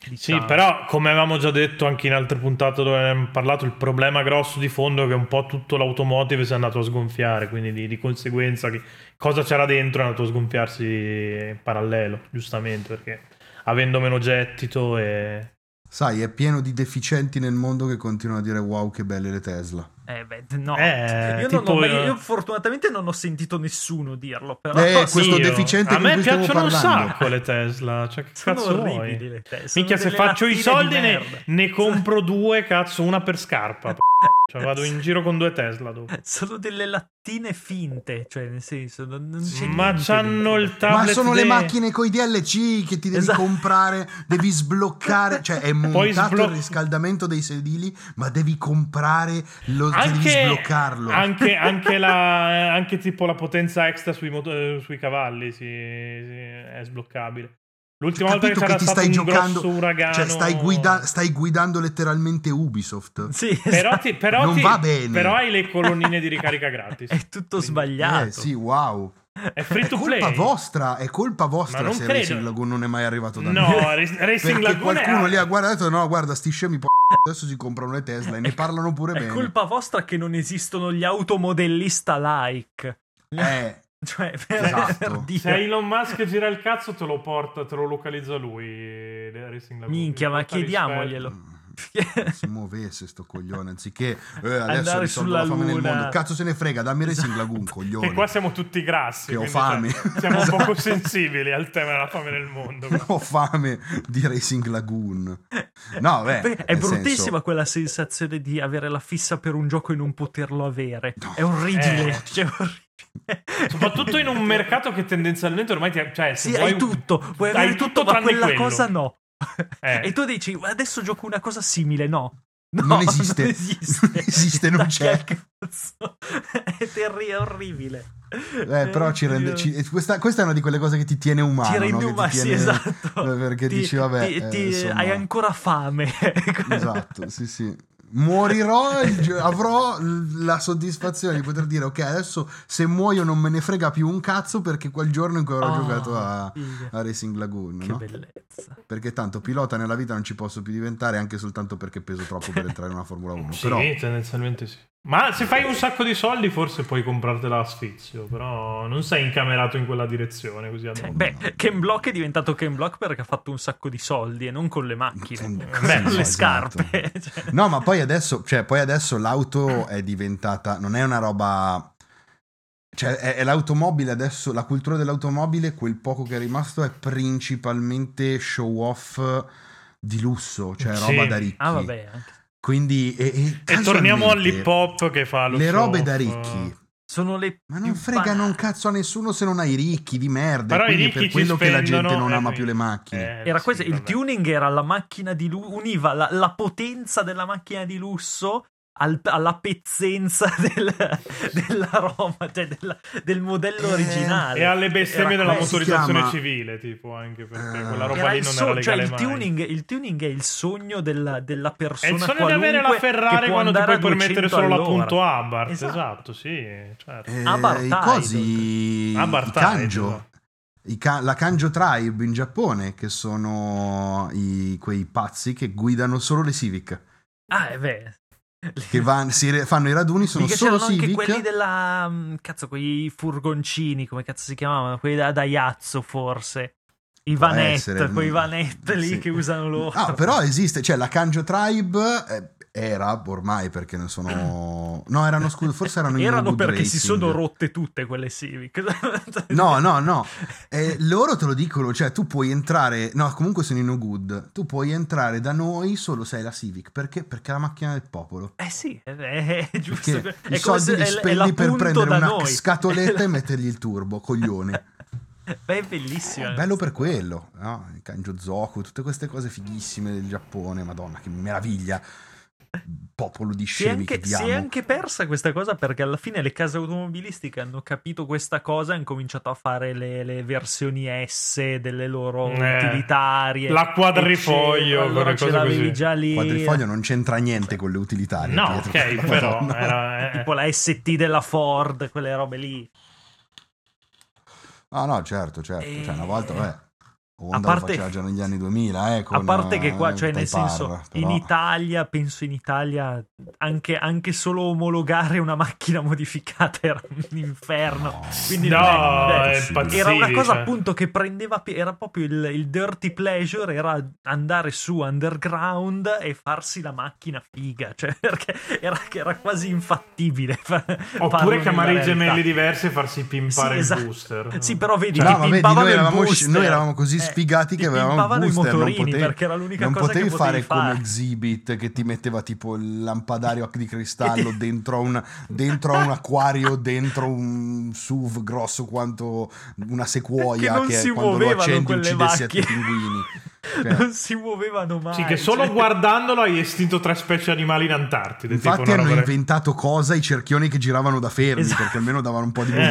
Speaker 2: Sì,
Speaker 1: diciamo.
Speaker 2: però come avevamo già detto anche in altre puntate dove ne abbiamo parlato, il problema grosso di fondo è che un po' tutto l'automotive si è andato a sgonfiare, quindi di, di conseguenza che cosa c'era dentro è andato a sgonfiarsi in parallelo, giustamente, perché avendo meno gettito e...
Speaker 3: Sai, è pieno di deficienti nel mondo che continuano a dire wow che belle le Tesla.
Speaker 1: Eh, beh, no.
Speaker 2: Eh,
Speaker 1: io, non
Speaker 2: tipo-
Speaker 1: ho mai- io fortunatamente non ho sentito nessuno dirlo, però
Speaker 3: Eh,
Speaker 1: sì,
Speaker 3: questo
Speaker 2: Io-
Speaker 3: deficiente
Speaker 2: A
Speaker 3: con
Speaker 2: me
Speaker 3: cui stiamo
Speaker 2: piacciono un
Speaker 3: parlando.
Speaker 2: sacco le Tesla, cioè che
Speaker 1: sono
Speaker 2: cazzo vuoi?
Speaker 1: orribili le teste.
Speaker 2: Minchia, se
Speaker 1: sono delle
Speaker 2: faccio i
Speaker 1: lattine di
Speaker 2: soldi ne,
Speaker 1: merda.
Speaker 2: ne compro due, cazzo, una per scarpa. p***o. Cioè, vado in giro con due Tesla dopo.
Speaker 1: Sono delle lattine finte, cioè nel senso non, non c'è
Speaker 2: Ma
Speaker 1: niente
Speaker 2: c'hanno
Speaker 1: dentro.
Speaker 2: il
Speaker 3: Ma
Speaker 2: tablet.
Speaker 3: sono le
Speaker 2: de-
Speaker 3: macchine coi DLC che ti devi
Speaker 1: Esatto.
Speaker 3: comprare, devi sbloccare, cioè è
Speaker 2: Poi
Speaker 3: montato
Speaker 2: sblo-
Speaker 3: il riscaldamento dei sedili, ma devi comprare, lo, cioè devi sbloccarlo.
Speaker 2: Anche, anche la, anche tipo la potenza extra sui, moto- eh, sui cavalli sì, sì, è sbloccabile. L'ultima volta che
Speaker 3: Capito
Speaker 2: c'era
Speaker 3: che ti
Speaker 2: stato
Speaker 3: stai
Speaker 2: un
Speaker 3: giocando,
Speaker 2: grosso uragano.
Speaker 3: cioè stai, guida- stai guidando letteralmente Ubisoft.
Speaker 1: Sì,
Speaker 2: Però,
Speaker 1: esatto.
Speaker 2: ti- però
Speaker 3: Non
Speaker 2: ti-
Speaker 3: va bene.
Speaker 2: però hai le colonnine di ricarica gratis.
Speaker 1: È tutto
Speaker 2: Quindi-
Speaker 1: sbagliato.
Speaker 3: Eh sì, wow.
Speaker 2: È free
Speaker 3: È
Speaker 2: to
Speaker 3: colpa
Speaker 2: play.
Speaker 3: vostra, è colpa vostra
Speaker 2: non
Speaker 3: se
Speaker 2: credo.
Speaker 3: Racing Lagoon non è mai arrivato da noi.
Speaker 2: No, Ra- Racing
Speaker 3: Perché
Speaker 2: Lagoon è-
Speaker 3: qualcuno lì ha guardato e ha detto no guarda sti scemi p- adesso si comprano le Tesla
Speaker 2: Ecco.
Speaker 3: e ne parlano pure
Speaker 1: È
Speaker 3: bene
Speaker 1: colpa vostra che non esistono gli automodellista like.
Speaker 3: eh,
Speaker 1: Cioè, per,
Speaker 3: Esatto.
Speaker 1: per dire-
Speaker 2: Se Elon Musk gira il cazzo, te lo porta, te lo localizza lui. eh, Racing Lagoon.
Speaker 1: Minchia,
Speaker 2: Ti
Speaker 1: ma
Speaker 2: porta rispetto.
Speaker 1: chiediamoglielo.
Speaker 3: Mm, si muovesse sto coglione anziché eh, adesso
Speaker 1: Andare
Speaker 3: risolvo
Speaker 1: sulla
Speaker 3: la fame nel
Speaker 1: luna. Esatto.
Speaker 3: mondo cazzo se ne frega dammi Racing Lagoon
Speaker 2: Che qua
Speaker 3: coglione
Speaker 2: siamo tutti grassi.
Speaker 3: Che ho
Speaker 2: quindi, cioè,
Speaker 3: fame.
Speaker 2: siamo un poco sensibili al tema della fame nel mondo.
Speaker 3: ho fame di Racing Lagoon no beh
Speaker 1: Beh, è
Speaker 3: nel
Speaker 1: bruttissima
Speaker 3: senso-
Speaker 1: quella sensazione di avere la fissa per un gioco e non poterlo avere.
Speaker 3: No.
Speaker 1: È orribile.
Speaker 2: Eh.
Speaker 1: cioè, orribile.
Speaker 2: Soprattutto in un mercato che tendenzialmente ormai ti. Cioè, se
Speaker 1: Sì,
Speaker 2: vuoi-
Speaker 1: hai tutto, puoi avere
Speaker 2: hai
Speaker 1: tutto, ma
Speaker 2: tranne
Speaker 1: quella
Speaker 2: quello.
Speaker 1: cosa no.
Speaker 2: Eh.
Speaker 1: E tu dici, "Ma adesso gioco una cosa simile, no. No,
Speaker 3: Non esiste.
Speaker 1: Non esiste,
Speaker 3: Non esiste, non
Speaker 1: Dai,
Speaker 3: c'è.
Speaker 1: che cazzo. È terri- è orribile.
Speaker 3: eh, però ci rende, ci- questa, questa è una di quelle cose che ti tiene umano.
Speaker 1: Ci rende
Speaker 3: no? Che ti
Speaker 1: umani, sì,
Speaker 3: tiene- eh,
Speaker 1: esatto.
Speaker 3: Perché
Speaker 1: Ti-
Speaker 3: dici, vabbè,
Speaker 1: ti-
Speaker 3: eh,
Speaker 1: ti-
Speaker 3: insomma.
Speaker 1: hai ancora fame.
Speaker 3: Esatto, sì, sì. Morirò, il gio- avrò l- la soddisfazione di poter dire ok, adesso se muoio non me ne frega più un cazzo perché quel giorno in cui avrò
Speaker 1: Oh,
Speaker 3: giocato a, a
Speaker 1: figa.
Speaker 3: Racing Lagoon,
Speaker 1: Che
Speaker 3: no?
Speaker 1: bellezza.
Speaker 3: Perché tanto pilota nella vita non ci posso più diventare anche soltanto perché peso troppo per entrare in una Formula 1.
Speaker 2: Sì,
Speaker 3: Però
Speaker 2: tendenzialmente sì. Ma se fai un sacco di soldi, forse puoi comprartela a sfizio. Però non sei incamerato in quella direzione. Così ad hoc.
Speaker 1: Cioè, Beh, Ken Block è diventato Ken Block perché ha fatto un sacco di soldi e non con le macchine,
Speaker 3: Sì,
Speaker 1: con le
Speaker 3: esatto.
Speaker 1: scarpe. Cioè,
Speaker 3: No, ma poi adesso, cioè, poi adesso l'auto è diventata, non è una roba... Cioè, è, è l'automobile adesso, la cultura dell'automobile, quel poco che è rimasto è principalmente show off di lusso, cioè
Speaker 2: Sì.
Speaker 3: roba da ricchi.
Speaker 1: Ah, vabbè. anche-
Speaker 3: Quindi, e, e
Speaker 2: E torniamo
Speaker 3: casualmente,
Speaker 2: all'hip hop che fa lo
Speaker 3: Le
Speaker 2: show eh.
Speaker 3: robe da
Speaker 2: off.
Speaker 3: ricchi
Speaker 1: sono le
Speaker 3: Ma
Speaker 1: più
Speaker 3: non fregano
Speaker 1: banali.
Speaker 3: un cazzo a nessuno se non ai ricchi di merda.
Speaker 2: Però
Speaker 3: e
Speaker 2: i
Speaker 3: quindi è
Speaker 2: ricchi
Speaker 3: per
Speaker 2: ci
Speaker 3: quello che la gente
Speaker 2: spendono,
Speaker 3: non
Speaker 2: eh,
Speaker 3: ama più le macchine.
Speaker 2: Eh,
Speaker 1: Era
Speaker 2: sì,
Speaker 1: questo, il
Speaker 2: vabbè.
Speaker 1: tuning era la macchina di lusso, univa la, la potenza della macchina di lusso al- alla pezzenza del- della roba, cioè della- del modello
Speaker 3: Eh,
Speaker 1: originale.
Speaker 2: E alle bestemmie
Speaker 1: Era
Speaker 2: della
Speaker 1: questo.
Speaker 3: motori-
Speaker 2: motorizzazione
Speaker 3: chiama-
Speaker 2: civile, tipo, anche perché
Speaker 3: Eh.
Speaker 2: quella roba
Speaker 1: Era
Speaker 2: lì
Speaker 1: il,
Speaker 2: non
Speaker 1: so-
Speaker 2: era legale
Speaker 1: cioè il,
Speaker 2: mai.
Speaker 1: tuning, il tuning è il sogno della, della
Speaker 2: È
Speaker 1: persona
Speaker 2: il sogno di avere la
Speaker 1: qualunque che
Speaker 2: Ferrari
Speaker 1: può
Speaker 2: quando ti
Speaker 1: andare
Speaker 2: puoi
Speaker 1: a 200
Speaker 2: permettere solo la
Speaker 1: all'ora.
Speaker 2: punto Abarth. Esatto,
Speaker 1: Esatto.
Speaker 2: sì, certo.
Speaker 3: Eh, I
Speaker 1: Apartheid.
Speaker 3: cosi, i
Speaker 2: Apartheid,
Speaker 3: kanjo,
Speaker 2: esatto.
Speaker 3: i ka- la kanjo tribe in Giappone, che sono i- quei pazzi che guidano solo le Civic,
Speaker 1: Ah, è vero.
Speaker 3: che van- si re- fanno i raduni, sono
Speaker 1: Mica
Speaker 3: solo
Speaker 1: c'erano anche quelli
Speaker 3: Civic.
Speaker 1: della. mm, Cazzo, quei furgoncini, come cazzo si chiamavano? Quelli da, da Iazzo, forse. I
Speaker 3: Può
Speaker 1: vanette,
Speaker 3: essere,
Speaker 1: quei
Speaker 3: mm,
Speaker 1: vanette lì
Speaker 3: sì.
Speaker 1: che usano loro.
Speaker 3: Ah, però esiste, cioè la kanjo tribe eh, era ormai perché ne sono... No, erano, scusa, forse erano in
Speaker 1: Erano
Speaker 3: Good
Speaker 1: perché si
Speaker 3: Racing.
Speaker 1: sono rotte tutte quelle Civic.
Speaker 3: No, no, no. Eh, loro te lo dicono, cioè tu puoi entrare, no, comunque sono in no good, tu puoi entrare da noi solo se hai la Civic, perché? Perché è la macchina del popolo.
Speaker 1: Eh sì, è, è- è giusto.
Speaker 3: Perché
Speaker 1: è
Speaker 3: i soldi li
Speaker 1: è- è
Speaker 3: spendi per
Speaker 1: l'appunto
Speaker 3: prendere
Speaker 1: da
Speaker 3: una
Speaker 1: noi.
Speaker 3: scatoletta e mettergli il turbo, coglione. Oh,
Speaker 1: Beh, è bellissima.
Speaker 3: Bello per quello, no? Il Kanjo Zoku, tutte queste cose fighissime del Giappone, madonna, che meraviglia. Popolo di
Speaker 1: Si è,
Speaker 3: scemi che
Speaker 1: anche,
Speaker 3: vi
Speaker 1: si è
Speaker 3: amo.
Speaker 1: anche persa questa cosa perché alla fine le case automobilistiche hanno capito questa cosa e hanno cominciato a fare le, le versioni S delle loro
Speaker 2: Eh,
Speaker 1: utilitarie.
Speaker 2: la quadrifoglio,
Speaker 1: eccetera.
Speaker 2: quelle
Speaker 1: Allora ce
Speaker 2: cose
Speaker 1: l'avevi
Speaker 2: così.
Speaker 1: già lì.
Speaker 3: Quadrifoglio non c'entra niente con le utilitarie.
Speaker 2: Ah, No,
Speaker 3: Pietro,
Speaker 2: ok,
Speaker 3: la
Speaker 2: però
Speaker 3: Madonna.
Speaker 2: era- eh,
Speaker 1: Tipo la ST della Ford, quelle robe lì.
Speaker 3: No, no, certo, certo.
Speaker 1: E-
Speaker 3: Cioè, una volta, vabbè, Honda
Speaker 1: Eh, A parte-
Speaker 3: lo faceva già negli anni 2000, eh,
Speaker 1: A
Speaker 3: con,
Speaker 1: parte che qua,
Speaker 3: eh,
Speaker 1: cioè nel
Speaker 3: Taiparra,
Speaker 1: senso,
Speaker 3: però-
Speaker 1: in Italia, penso in Italia, anche, anche solo omologare una macchina modificata era un inferno.
Speaker 3: No.
Speaker 1: Quindi
Speaker 2: No, eh,
Speaker 1: beh,
Speaker 2: è
Speaker 3: sì.
Speaker 2: pazzesco.
Speaker 1: Era una
Speaker 2: Sì,
Speaker 1: cosa
Speaker 2: cioè.
Speaker 1: appunto che prendeva, pi- era proprio il, il dirty pleasure, era andare su underground e farsi la macchina figa, cioè perché era, che era quasi infattibile. fa- farlo
Speaker 2: Oppure
Speaker 1: nella
Speaker 2: chiamare i
Speaker 1: realtà.
Speaker 2: gemelli diversi e farsi
Speaker 1: Sì,
Speaker 2: pimpare
Speaker 1: esatto.
Speaker 2: il booster.
Speaker 1: Sì, però vedi,
Speaker 3: Cioè, No,
Speaker 1: ti
Speaker 3: ma vedi,
Speaker 1: pimpavano
Speaker 3: noi
Speaker 1: il
Speaker 3: eravamo sci-
Speaker 1: booster. Eh,
Speaker 3: noi eravamo così sfigati
Speaker 1: ti
Speaker 3: che avevamo il
Speaker 1: pimpavano i
Speaker 3: booster, non
Speaker 1: motorini
Speaker 3: potevi-
Speaker 1: perché era l'unica
Speaker 3: Non
Speaker 1: cosa
Speaker 3: potevi
Speaker 1: che potevi
Speaker 3: fare come
Speaker 1: fare.
Speaker 3: Exhibit che ti metteva tipo il lampadario di cristallo dentro a un, dentro a un acquario, dentro un SUV grosso quanto una sequoia
Speaker 1: non
Speaker 3: che,
Speaker 1: si
Speaker 3: quando lo
Speaker 1: muovevano
Speaker 3: accendi
Speaker 1: quelle
Speaker 3: uccidessi a tutti i
Speaker 1: macchine.
Speaker 3: pinguini. Cioè,
Speaker 1: non si muovevano mai.
Speaker 2: Sì, che solo
Speaker 1: cioè.
Speaker 2: guardandolo hai estinto tre specie animali in Antartide.
Speaker 3: Infatti
Speaker 2: tipo una
Speaker 3: hanno
Speaker 2: roba del-
Speaker 3: inventato cosa i cerchioni che giravano da fermi
Speaker 1: Esatto.
Speaker 3: perché almeno davano un po' di
Speaker 2: Eh.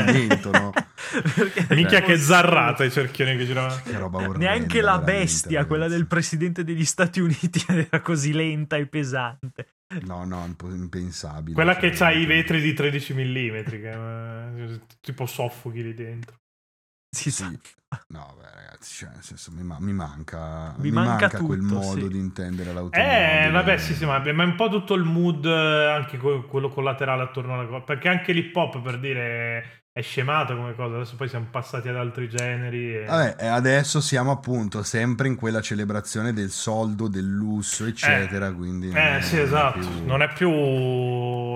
Speaker 3: movimento, no?
Speaker 1: Perché-
Speaker 2: Minchia che zarrata i cerchioni che giravano.
Speaker 3: Che roba orrenda,
Speaker 1: Neanche la
Speaker 3: veramente,
Speaker 1: bestia, quella
Speaker 3: ragazzi.
Speaker 1: del presidente degli Stati Uniti, era così lenta e pesante.
Speaker 3: No, no, impo- impensabile.
Speaker 2: Quella che
Speaker 3: cioè,
Speaker 2: ha i vetri di 13 mm, che, eh, tipo soffochi lì dentro.
Speaker 1: Si sa.
Speaker 3: Sì. No, beh, ragazzi, cioè, nel senso, mi, ma- mi manca,
Speaker 1: Mi
Speaker 3: mi
Speaker 1: manca
Speaker 3: manca, quel
Speaker 1: tutto,
Speaker 3: modo
Speaker 1: sì.
Speaker 3: di intendere l'automobile.
Speaker 2: Eh, vabbè, sì, sì, ma, ma è un po' tutto il mood, eh, anche que- quello collaterale attorno alla cosa. Perché anche l'hip hop, per dire, è scemato come cosa. Adesso poi siamo passati ad altri generi. E...
Speaker 3: Vabbè, e adesso siamo appunto sempre in quella celebrazione del soldo, del lusso, eccetera. quindi non
Speaker 2: eh,
Speaker 3: è-
Speaker 2: sì,
Speaker 3: non è
Speaker 2: esatto.
Speaker 3: più-
Speaker 2: Non è più.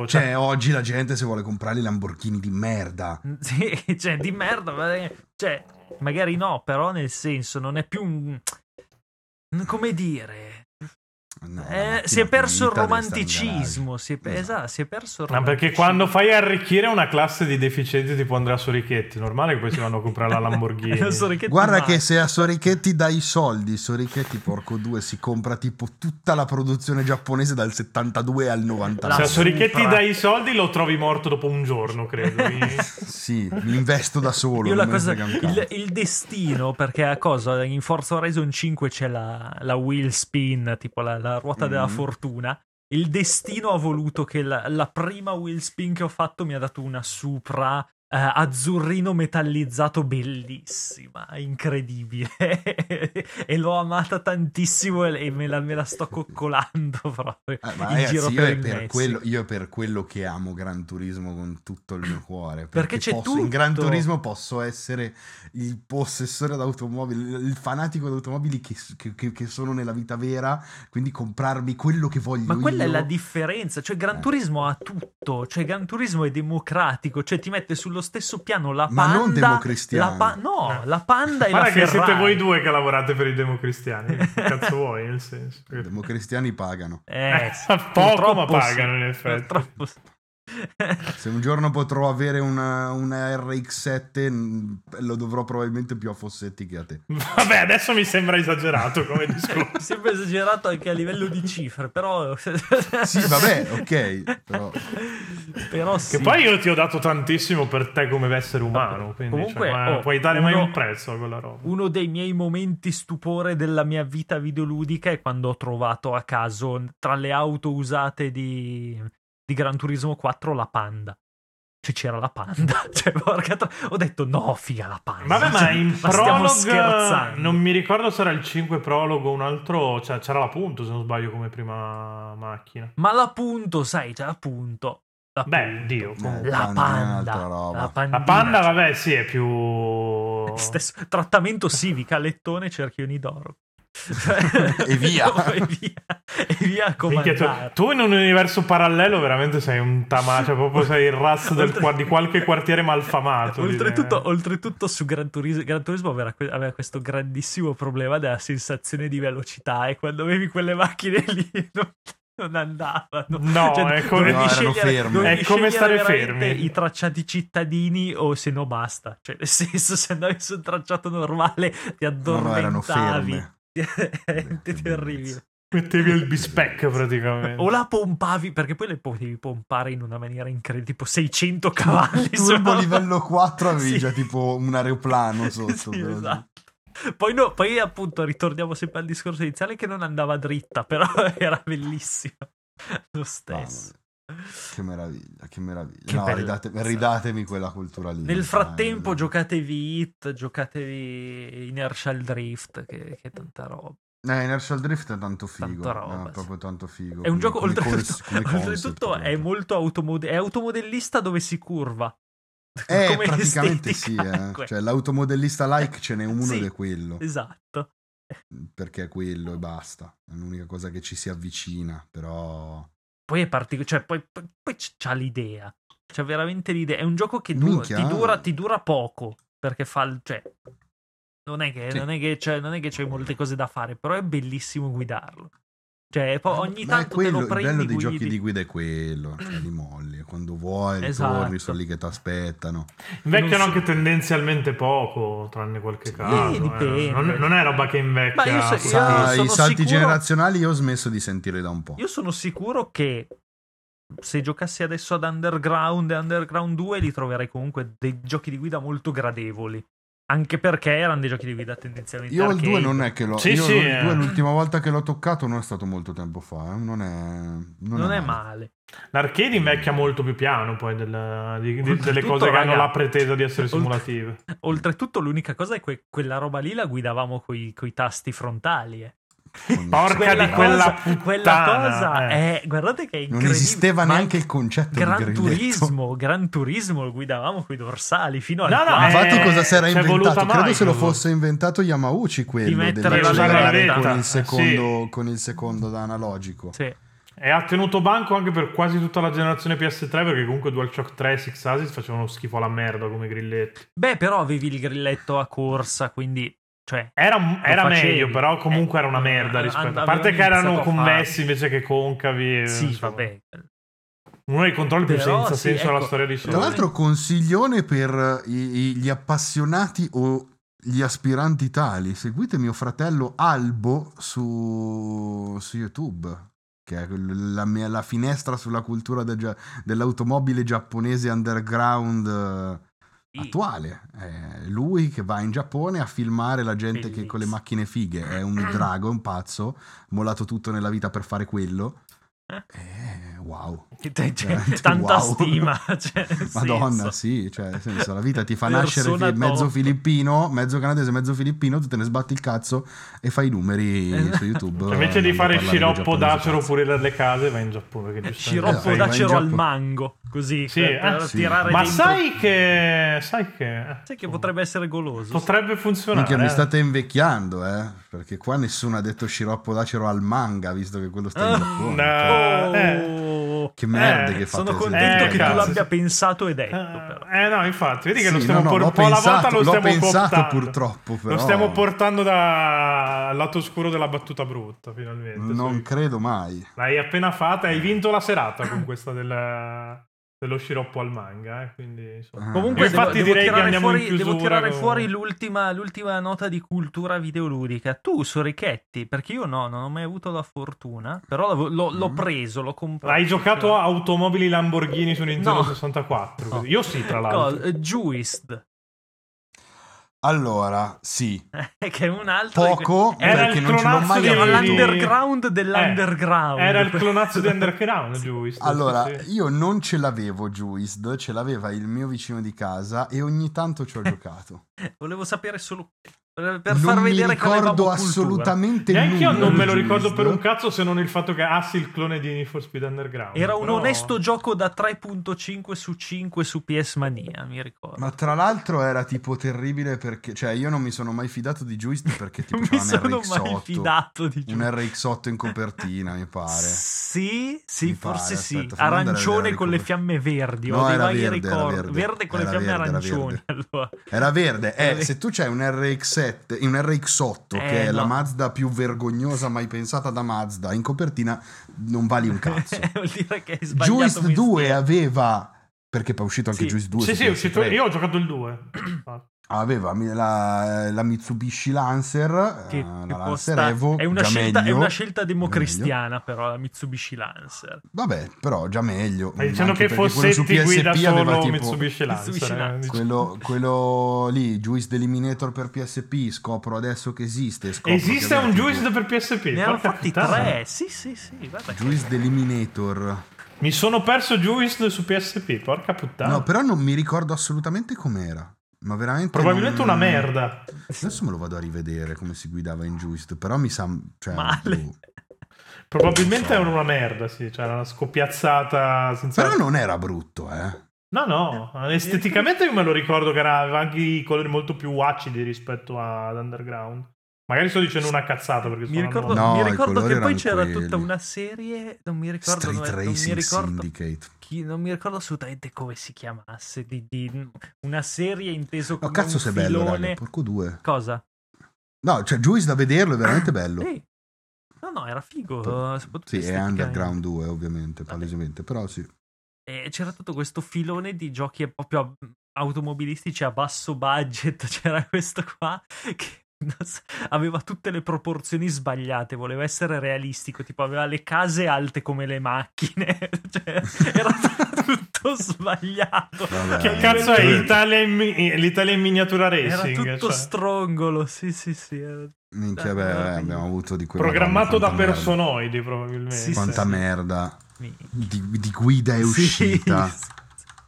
Speaker 3: Cioè,
Speaker 2: Cioè,
Speaker 3: oggi la gente se vuole comprare i Lamborghini di merda.
Speaker 1: Sì, cioè, di merda, ma- cioè, magari no, però nel senso non è più un... Come dire?
Speaker 3: No, la
Speaker 1: Eh,
Speaker 3: macchina
Speaker 1: si è perso il
Speaker 3: pulita deve stare in
Speaker 1: romanticismo, si è,
Speaker 3: garage.
Speaker 1: esatto, si è perso il
Speaker 2: ma perché
Speaker 1: romanticismo.
Speaker 2: quando fai arricchire una classe di deficienti tipo Andrea Sorichetti, normale che poi si vanno a comprare la Lamborghini.
Speaker 1: Non so perché ti
Speaker 3: Guarda
Speaker 1: manca.
Speaker 3: che se a Sorichetti dai i soldi, Sorichetti porco due si compra tipo tutta la produzione giapponese dal 72 al 90.
Speaker 2: Cioè, Se
Speaker 1: La
Speaker 2: a Sorichetti
Speaker 1: supra.
Speaker 2: dai i soldi, lo trovi morto dopo un giorno, credo. Quindi-
Speaker 3: Sì, li investo da solo.
Speaker 1: Io la
Speaker 3: non me ne
Speaker 1: cosa,
Speaker 3: frega un cazzo.
Speaker 1: il, il destino, perché a cosa? In Forza Horizon 5 c'è la, la wheel spin, tipo la, la ruota della
Speaker 3: Mhm.
Speaker 1: fortuna. Il destino ha voluto che la, la prima wheel spin che ho fatto mi ha dato una Supra eh, azzurrino metallizzato bellissima, incredibile. e l'ho amata tantissimo e, e me, la, me la sto coccolando proprio
Speaker 3: Eh,
Speaker 1: in
Speaker 3: ma ragazzi,
Speaker 1: giro
Speaker 3: io,
Speaker 1: per
Speaker 3: è
Speaker 1: il
Speaker 3: per
Speaker 1: Messico.
Speaker 3: quello, io è per quello che amo Gran Turismo con tutto il mio cuore.
Speaker 1: Perché
Speaker 3: Perché,
Speaker 1: c'è
Speaker 3: posso- in
Speaker 1: tutto.
Speaker 3: Gran Turismo posso essere il possessore d'automobili, il- il fanatico di automobili che, che- che- che sono nella vita vera, quindi comprarmi quello che voglio.
Speaker 1: Ma quella è
Speaker 3: io.
Speaker 1: la differenza, cioè Gran
Speaker 3: Eh.
Speaker 1: Turismo ha tutto, cioè Gran Turismo è democratico, cioè ti mette sullo stesso piano la
Speaker 3: Ma
Speaker 1: panda,
Speaker 3: non democristiano.
Speaker 1: la pa- no, la panda e la
Speaker 2: Eh. Guarda che
Speaker 1: Ferrari.
Speaker 2: siete voi due che lavorate per i democristiani. Che cazzo vuoi, nel senso.
Speaker 3: I democristiani pagano.
Speaker 1: Eh,
Speaker 2: Poco, ma
Speaker 1: purtroppo sì,
Speaker 2: pagano, in effetti.
Speaker 1: purtroppo sì.
Speaker 3: Se un giorno potrò avere una, una RX7 lo dovrò probabilmente più a Fossetti che a te.
Speaker 2: Vabbè, adesso mi sembra esagerato come discorso.
Speaker 1: Sempre esagerato anche a livello di cifre, però...
Speaker 3: Sì, vabbè, ok. Però...
Speaker 1: Però sì.
Speaker 2: Che poi io ti ho dato tantissimo per te come essere umano, quindi
Speaker 1: Comunque,
Speaker 2: cioè, ma
Speaker 1: oh,
Speaker 2: puoi dare mai
Speaker 1: uno-
Speaker 2: un prezzo a quella roba.
Speaker 1: Uno dei miei momenti stupore della mia vita videoludica è quando ho trovato a caso tra le auto usate di, di Gran Turismo 4 la Panda. Cioè c'era la Panda. Cioè, porca tro- Ho detto no, figa la Panda.
Speaker 2: Vabbè, ma
Speaker 1: Cioè,
Speaker 2: in
Speaker 1: ma stiamo
Speaker 2: prologo
Speaker 1: scherzando.
Speaker 2: non mi ricordo se era il 5 prologo o un altro, cioè c'era la punto se non sbaglio come prima macchina.
Speaker 1: Ma l'appunto, sai, c'è l'appunto.
Speaker 2: Beh, Dio. comunque.
Speaker 3: Eh,
Speaker 1: La
Speaker 3: Panda
Speaker 1: Panda.
Speaker 3: è un'altra roba.
Speaker 1: La,
Speaker 2: La
Speaker 1: pandina,
Speaker 2: panda,
Speaker 1: cioè,
Speaker 2: vabbè, sì, è più
Speaker 1: Stesso trattamento civica, lettone, cerchioni d'oro.
Speaker 3: E via.
Speaker 1: e via. E via a
Speaker 2: Minchia, cioè, tu,
Speaker 1: comandare.
Speaker 2: tu in un universo parallelo veramente sei un tamà, cioè proprio sei il razzo del
Speaker 1: Oltre-
Speaker 2: qua- di qualche quartiere malfamato.
Speaker 1: Oltretutto,
Speaker 2: direi.
Speaker 1: oltretutto su Gran Turismo, Gran Turismo aveva, que- aveva questo grandissimo problema della sensazione di velocità e quando avevi quelle macchine lì non, non andavano.
Speaker 2: No,
Speaker 1: cioè,
Speaker 2: è
Speaker 1: dovevi
Speaker 2: come-
Speaker 3: No, erano
Speaker 1: scegliere-
Speaker 3: ferme.
Speaker 1: dovevi
Speaker 2: È
Speaker 1: scegliere
Speaker 2: come stare
Speaker 1: veramente
Speaker 2: fermi.
Speaker 1: I tracciati cittadini o se no basta. Cioè, nel senso, se andavi su un tracciato normale ti
Speaker 3: No, no, erano
Speaker 1: addormentavi.
Speaker 3: ferme.
Speaker 1: È veramente
Speaker 3: Che
Speaker 1: terribile.
Speaker 2: mettevi il bispec praticamente.
Speaker 1: O la pompavi perché poi le potevi pompare in una maniera incredibile, tipo 600 cavalli.
Speaker 3: Turbo
Speaker 1: solo.
Speaker 3: livello 4 avevi
Speaker 1: Sì.
Speaker 3: già tipo un aeroplano sotto.
Speaker 1: Sì,
Speaker 3: però-
Speaker 1: esatto. Poi, no, poi appunto ritorniamo sempre al discorso iniziale che non andava dritta, però era bellissima lo
Speaker 3: Mamma
Speaker 1: stesso.
Speaker 3: mia, Che meraviglia, che meraviglia.
Speaker 1: Che
Speaker 3: no,
Speaker 1: bello.
Speaker 3: ridate- ridatemi quella cultura lì.
Speaker 1: Nel
Speaker 3: dai,
Speaker 1: frattempo
Speaker 3: dai.
Speaker 1: giocatevi Hit, giocatevi Inertial Drift, che, che tanta roba.
Speaker 3: Eh, Inertial Drift è tanto figo.
Speaker 1: Tanta roba,
Speaker 3: è
Speaker 1: sì.
Speaker 3: proprio tanto figo.
Speaker 1: È un
Speaker 3: come-
Speaker 1: gioco,
Speaker 3: come
Speaker 1: oltretutto,
Speaker 3: cons- come concept,
Speaker 1: oltretutto è
Speaker 3: proprio.
Speaker 1: molto automode- è automodellista dove si curva.
Speaker 3: Eh,
Speaker 1: Come
Speaker 3: praticamente sì.
Speaker 1: estetica,
Speaker 3: eh.
Speaker 1: que-
Speaker 3: Cioè, l'automodellista like ce n'è uno
Speaker 1: Sì.
Speaker 3: ed è quello.
Speaker 1: Esatto.
Speaker 3: Perché è quello e basta. È l'unica cosa che ci si avvicina, però...
Speaker 1: Poi è particolare, cioè poi, poi- poi c- c'ha l'idea. C'ha veramente l'idea. È un gioco che du-
Speaker 3: Minchia.
Speaker 1: ti, dura, ti dura poco perché fa. il- Cioè, non è che,
Speaker 3: Sì.
Speaker 1: non è che c'è, non è che c'è molte cose da fare, però è bellissimo guidarlo. Cioè, poi ogni
Speaker 3: Ma è
Speaker 1: tanto
Speaker 3: quello,
Speaker 1: te lo prendi
Speaker 3: il bello dei
Speaker 1: guidi-
Speaker 3: giochi di guida è quello, cioè li molli, e quando vuoi
Speaker 1: Esatto.
Speaker 3: ritorni, sono lì che ti aspettano.
Speaker 2: Invecchiano
Speaker 1: non so.
Speaker 2: anche tendenzialmente poco, tranne qualche caso. eh.
Speaker 1: dipende.
Speaker 2: Non, non è roba che invecchia.
Speaker 1: Ma io so- io
Speaker 2: così.
Speaker 3: Sai,
Speaker 1: sono
Speaker 3: I salti
Speaker 1: sicuro-
Speaker 3: generazionali io ho smesso di sentire da un po'.
Speaker 1: Io sono sicuro che se giocassi adesso ad Underground e Underground 2 li troverai comunque dei giochi di guida molto gradevoli. Anche perché erano dei giochi di guida tendenzialmente
Speaker 3: Io il
Speaker 1: arcade.
Speaker 3: 2 non è che l'ho...
Speaker 2: Sì,
Speaker 3: io
Speaker 2: sì,
Speaker 3: il
Speaker 2: eh.
Speaker 3: 2 l'ultima volta che l'ho toccato non è stato molto tempo fa, eh, non è... Non,
Speaker 1: Non
Speaker 3: è
Speaker 1: è
Speaker 3: male.
Speaker 1: male.
Speaker 2: L'arcade invecchia molto più piano poi del- di- di- delle
Speaker 1: Oltretutto,
Speaker 2: cose che hanno
Speaker 1: raga,
Speaker 2: la pretesa di essere
Speaker 1: oltre-
Speaker 2: simulative.
Speaker 1: Oltretutto, l'unica cosa è che quella roba lì la guidavamo coi, coi tasti frontali. eh.
Speaker 3: Con-
Speaker 2: Porca
Speaker 1: Quella,
Speaker 2: di quella
Speaker 1: cosa,
Speaker 2: puttana,
Speaker 1: quella cosa
Speaker 2: eh.
Speaker 1: è. Guardate che è
Speaker 3: Non
Speaker 1: incredibile.
Speaker 3: esisteva
Speaker 1: ma
Speaker 3: neanche il concetto di
Speaker 1: Gran
Speaker 3: grilletto.
Speaker 1: Turismo, Gran Turismo lo guidavamo coi dorsali fino al
Speaker 2: No, no,
Speaker 1: quarto.
Speaker 2: eh,
Speaker 3: Infatti cosa si era
Speaker 2: c'è voluta
Speaker 3: inventato? Credo se lo
Speaker 2: Microsoft.
Speaker 3: fosse inventato Yamauchi quello
Speaker 1: mettere
Speaker 3: del-
Speaker 1: la levetta.
Speaker 3: con,
Speaker 2: Eh,
Speaker 3: il secondo, con il secondo da analogico.
Speaker 1: Sì.
Speaker 2: E ha tenuto banco anche per quasi tutta la generazione PS3 perché comunque DualShock 3 e Six Axis facevano schifo alla merda come grilletti.
Speaker 1: Beh, però avevi il grilletto a corsa, quindi. Cioè,
Speaker 2: Era, era
Speaker 1: facevi.
Speaker 2: meglio, però comunque
Speaker 1: Eh,
Speaker 2: era una merda
Speaker 1: eh,
Speaker 2: rispetto a
Speaker 1: avevano
Speaker 2: parte che erano
Speaker 1: iniziato a
Speaker 2: convessi invece che concavi. eh,
Speaker 1: sì,
Speaker 2: insomma.
Speaker 1: vabbè.
Speaker 2: Uno dei controlli più
Speaker 1: Però,
Speaker 2: senza
Speaker 1: sì,
Speaker 2: senso alla
Speaker 1: ecco.
Speaker 2: storia di
Speaker 3: Tra
Speaker 1: Sì.
Speaker 2: Sony.
Speaker 3: l'altro consiglione per i- i- gli appassionati o gli aspiranti tali, seguite mio fratello Albo su, su YouTube, che è la, mia- la finestra sulla cultura del gia- dell'automobile giapponese underground eh,
Speaker 1: Sì.
Speaker 3: attuale. È lui che va in Giappone a filmare la gente che con le
Speaker 1: Bellissimo.
Speaker 3: macchine fighe, è un drago, è un pazzo, mollato tutto nella vita per fare quello. Eh, wow.
Speaker 1: Cioè,
Speaker 3: veramente
Speaker 1: tanta
Speaker 3: wow.
Speaker 1: stima. Cioè, nel
Speaker 3: Madonna,
Speaker 1: senso.
Speaker 3: sì, cioè, nel senso, la vita ti fa
Speaker 1: Persona
Speaker 3: nascere fi-
Speaker 1: top.
Speaker 3: mezzo filippino, mezzo canadese, mezzo filippino, tu te ne sbatti il cazzo e fai i
Speaker 1: Eh.
Speaker 3: numeri su YouTube.
Speaker 2: Cioè, invece di
Speaker 3: andando
Speaker 2: fare
Speaker 3: a parlare di
Speaker 2: sciroppo
Speaker 3: giapponese,
Speaker 2: d'acero
Speaker 3: cazzo.
Speaker 2: pure dalle case, vai in Giappone. Che giustamente
Speaker 1: Sciroppo
Speaker 3: Eh,
Speaker 2: sei-
Speaker 3: vai in
Speaker 1: d'acero al
Speaker 3: Giappone.
Speaker 1: mango, così
Speaker 2: Sì,
Speaker 1: per, per
Speaker 2: eh,
Speaker 3: sì.
Speaker 1: tirare
Speaker 2: Ma
Speaker 1: dentro-
Speaker 2: sai che. Sai che. eh,
Speaker 1: sai che potrebbe essere goloso.
Speaker 2: Potrebbe funzionare.
Speaker 3: Minchia, mi
Speaker 2: eh.
Speaker 3: state invecchiando, eh? Perché qua nessuno ha detto sciroppo d'acero al manga, visto che quello sta in
Speaker 1: Ah,
Speaker 3: Giappone. cioè.
Speaker 2: no.
Speaker 1: Oh.
Speaker 3: Che merda
Speaker 2: Eh,
Speaker 3: che fate.
Speaker 1: Sono contento
Speaker 2: Eh,
Speaker 1: che tu
Speaker 2: cazzo.
Speaker 1: l'abbia pensato e detto. però.
Speaker 2: Eh, eh, no, infatti, vedi che lo
Speaker 3: Sì,
Speaker 2: stiamo
Speaker 3: no, no,
Speaker 2: por-
Speaker 3: l'ho
Speaker 2: un po' alla volta
Speaker 3: pensato-
Speaker 2: lo stiamo
Speaker 3: l'ho pensato
Speaker 2: cooptando.
Speaker 3: purtroppo, però.
Speaker 2: Lo stiamo portando da al lato oscuro della battuta brutta, finalmente.
Speaker 3: Non
Speaker 2: Sì.
Speaker 3: credo mai.
Speaker 2: L'hai appena fatta, hai vinto la serata con questa del dello sciroppo al manga. Eh, quindi, insomma.
Speaker 3: Ah.
Speaker 1: Comunque,
Speaker 2: Io infatti
Speaker 1: devo, devo
Speaker 2: direi che
Speaker 1: tirare
Speaker 2: andiamo in
Speaker 1: fuori, devo
Speaker 2: chiusura
Speaker 1: tirare
Speaker 2: con-
Speaker 1: fuori l'ultima, l'ultima nota di cultura videoludica. Tu, Sorichetti, perché io no, non ho mai avuto la fortuna, però l'avevo- l'ho, l'ho
Speaker 3: Mm.
Speaker 1: preso, l'ho comprato.
Speaker 2: Hai giocato a automobili Lamborghini su Nintendo
Speaker 1: No.
Speaker 2: 64?
Speaker 1: No.
Speaker 2: così. Io sì, tra l'altro.
Speaker 1: Cos- eh, Juiced,
Speaker 3: Allora, sì,
Speaker 1: eh, che è un altro. di que-
Speaker 3: poco
Speaker 1: Era
Speaker 3: perché
Speaker 2: il
Speaker 3: non ce l'ho
Speaker 2: clonazzo
Speaker 3: mai
Speaker 2: di-
Speaker 1: Era
Speaker 2: Sì.
Speaker 3: avuto.
Speaker 1: l'underground dell'underground.
Speaker 2: Era il clonazzo di Underground, giusto?
Speaker 3: Allora,
Speaker 2: Sì, sì.
Speaker 3: io non ce l'avevo Juiced, ce l'aveva il mio vicino di casa e ogni tanto ci ho giocato.
Speaker 1: Volevo sapere solo per
Speaker 3: non
Speaker 1: far
Speaker 3: mi
Speaker 1: vedere che avevamo
Speaker 3: ricordo
Speaker 1: cultura.
Speaker 3: assolutamente
Speaker 2: Neanche io
Speaker 3: nulla
Speaker 2: non
Speaker 3: di
Speaker 2: me lo
Speaker 3: Juiced.
Speaker 2: ricordo per un cazzo se non il fatto che assi il clone di Need for Speed Underground.
Speaker 1: Era un
Speaker 2: però-
Speaker 1: onesto gioco da 3.5 su 5 su PS Mania, mi ricordo.
Speaker 3: Ma tra l'altro era tipo terribile perché, cioè, io non mi sono mai fidato di Juiced perché tipo
Speaker 1: non mi
Speaker 3: c'era un
Speaker 1: sono mai
Speaker 3: RX8,
Speaker 1: fidato di
Speaker 3: un
Speaker 1: giocare.
Speaker 3: RX8 in copertina, mi pare.
Speaker 1: Sì, sì,
Speaker 3: Mi pare,
Speaker 1: forse sì.
Speaker 3: aspetta, fammi andare a
Speaker 1: arancione
Speaker 3: vedere
Speaker 1: con le
Speaker 3: come-
Speaker 1: fiamme verdi.
Speaker 3: No,
Speaker 1: ho dei
Speaker 3: era
Speaker 1: vari
Speaker 3: verde, era
Speaker 1: ricordi.
Speaker 3: verde.
Speaker 1: con le
Speaker 3: Era
Speaker 1: fiamme
Speaker 3: verde, era
Speaker 1: arancioni. Allora.
Speaker 3: Era verde,
Speaker 1: Era
Speaker 3: eh,
Speaker 1: verde.
Speaker 3: se tu c'hai un RX7, un RX8 che
Speaker 1: Eh,
Speaker 3: è la
Speaker 1: no.
Speaker 3: Mazda più vergognosa mai pensata da Mazda, in copertina non vali un cazzo.
Speaker 1: Vuol dire che hai sbagliato.
Speaker 3: Juiced
Speaker 1: mestiere.
Speaker 3: 2 aveva perché poi è uscito anche
Speaker 1: Sì.
Speaker 3: Juiced 2
Speaker 2: Sì,
Speaker 3: su
Speaker 2: sì, è uscito.
Speaker 3: PS3.
Speaker 2: Io ho giocato il 2.
Speaker 3: aveva mi- la, la Mitsubishi Lancer
Speaker 1: Che-
Speaker 3: eh,
Speaker 1: che
Speaker 3: la
Speaker 1: può
Speaker 3: Lancer
Speaker 1: sta-
Speaker 3: Evo
Speaker 1: è una,
Speaker 3: già
Speaker 1: scelta,
Speaker 3: meglio.
Speaker 1: è una scelta
Speaker 3: Già meglio.
Speaker 1: democristiana, però, la Mitsubishi Lancer.
Speaker 3: vabbè però già meglio
Speaker 2: Stai dicendo
Speaker 3: Anche
Speaker 2: che
Speaker 3: perché quello su
Speaker 2: Fossetti guida
Speaker 3: PSP aveva
Speaker 2: solo
Speaker 3: tipo-
Speaker 2: Mitsubishi Lancer.
Speaker 1: Mitsubishi
Speaker 2: eh,
Speaker 1: Lancer.
Speaker 2: dic-
Speaker 3: quello, quello lì Juiced Eliminator per PSP scopro adesso che esiste scopro che
Speaker 2: Esiste
Speaker 3: aveva
Speaker 2: un
Speaker 3: tipo
Speaker 2: Juiced per PSP?
Speaker 1: Ne hanno
Speaker 2: Porca
Speaker 1: fatti
Speaker 2: puttana.
Speaker 1: tre. Sì, sì, sì. Guarda che-
Speaker 3: Juiced Eliminator
Speaker 2: Mi sono perso Juiced su PSP, porca puttana.
Speaker 3: no però non mi ricordo assolutamente com'era ma veramente
Speaker 2: Probabilmente
Speaker 3: non-
Speaker 2: una merda.
Speaker 3: adesso me lo vado a rivedere come si guidava in Juiced però mi sa cioè,
Speaker 1: Male.
Speaker 3: boh.
Speaker 2: Probabilmente era una merda, sì. Cioè, era una scoppiazzata senza...
Speaker 3: però non era brutto eh
Speaker 2: No, no, esteticamente io me lo ricordo che era- aveva anche i colori molto più acidi rispetto ad Underground. Magari sto dicendo una cazzata perché
Speaker 1: Mi
Speaker 2: sono
Speaker 1: ricordo,
Speaker 3: No,
Speaker 1: mi
Speaker 3: i
Speaker 1: ricordo
Speaker 3: colori
Speaker 1: che poi
Speaker 3: erano
Speaker 1: c'era
Speaker 3: quelli.
Speaker 1: tutta una serie. Non mi ricordo.
Speaker 3: Street
Speaker 1: non, non mi
Speaker 3: Racing
Speaker 1: ricordo.
Speaker 3: Syndicate.
Speaker 1: chi- non mi ricordo assolutamente come si chiamasse. Di, di- una serie inteso
Speaker 3: No,
Speaker 1: come
Speaker 3: cazzo
Speaker 1: un
Speaker 3: sei bello,
Speaker 1: filone.
Speaker 3: raga, porco due.
Speaker 1: Cosa?
Speaker 3: No, cioè Juice da vederlo è veramente bello.
Speaker 1: Ah, Sì. Eh, No, no, era figo. soprattutto
Speaker 3: Sì, è
Speaker 1: esteticamente.
Speaker 3: Underground 2 ovviamente, palesemente, però sì.
Speaker 1: E c'era tutto questo filone di giochi proprio automobilistici a basso budget. C'era questo qua che non so, aveva tutte le proporzioni sbagliate. Voleva essere realistico, tipo aveva le case alte come le macchine. Cioè, era tutto sbagliato.
Speaker 3: Vabbè,
Speaker 2: Che cazzo è
Speaker 3: Cioè,
Speaker 2: l'Italia in, mi- l'Italia in miniatura
Speaker 1: Era
Speaker 2: racing?
Speaker 1: tutto
Speaker 2: cioè.
Speaker 1: strongolo, sì, sì, sì. era-
Speaker 3: Minchia, beh,
Speaker 1: Meraviglioso.
Speaker 3: abbiamo avuto di quella
Speaker 2: programmato
Speaker 3: roba,
Speaker 2: da
Speaker 3: quanta merda.
Speaker 2: personoidi probabilmente.
Speaker 1: Sì,
Speaker 3: Quanta
Speaker 1: sì.
Speaker 3: merda
Speaker 1: mi-
Speaker 3: di, di guida è
Speaker 1: Sì,
Speaker 3: uscita.
Speaker 1: sì.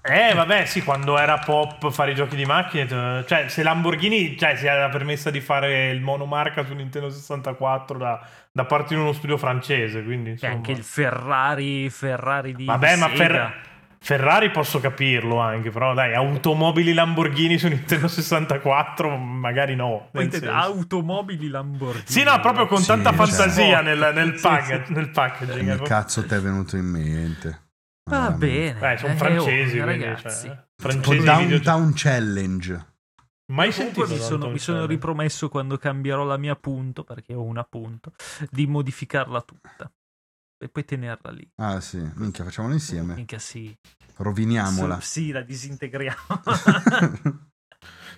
Speaker 2: Eh vabbè sì, quando era pop fare i giochi di macchine, t- cioè se Lamborghini cioè, si era permessa di fare il monomarca su Nintendo 64 da, da parte di uno studio francese, quindi
Speaker 1: C'è
Speaker 2: insomma...
Speaker 1: Cioè, anche il Ferrari, Ferrari di
Speaker 2: Vabbè,
Speaker 1: di
Speaker 2: ma
Speaker 1: Sega.
Speaker 2: Fer- Ferrari posso capirlo anche, però dai, automobili Lamborghini su Nintendo 64 magari no. nel
Speaker 1: Poi te-
Speaker 2: senso.
Speaker 1: automobili Lamborghini.
Speaker 2: Sì, certo. no, proprio con
Speaker 3: Sì,
Speaker 2: tanta
Speaker 3: cioè.
Speaker 2: fantasia nel, nel
Speaker 1: Sì,
Speaker 2: pack-
Speaker 1: sì.
Speaker 2: nel packaging. eh,
Speaker 3: Come cazzo ti è venuto in mente?
Speaker 1: Va
Speaker 3: Veramente.
Speaker 1: bene.
Speaker 2: Dai, sono
Speaker 1: eh,
Speaker 2: francesi,
Speaker 1: oh,
Speaker 2: quindi,
Speaker 1: ragazzi.
Speaker 2: cioè,
Speaker 3: Tipo
Speaker 2: francesi di videogiochi.
Speaker 3: Downtown Challenge.
Speaker 2: Mai sentito
Speaker 1: Comunque mi sono,
Speaker 2: tanto
Speaker 1: mi sono
Speaker 2: Michele.
Speaker 1: ripromesso quando cambierò la mia punto, perché ho una punto, di modificarla tutta e poi tenerla lì.
Speaker 3: Ah sì, minchia, facciamolo insieme.
Speaker 1: Minchia sì.
Speaker 3: Roviniamola.
Speaker 1: Su- Sì, la disintegriamo.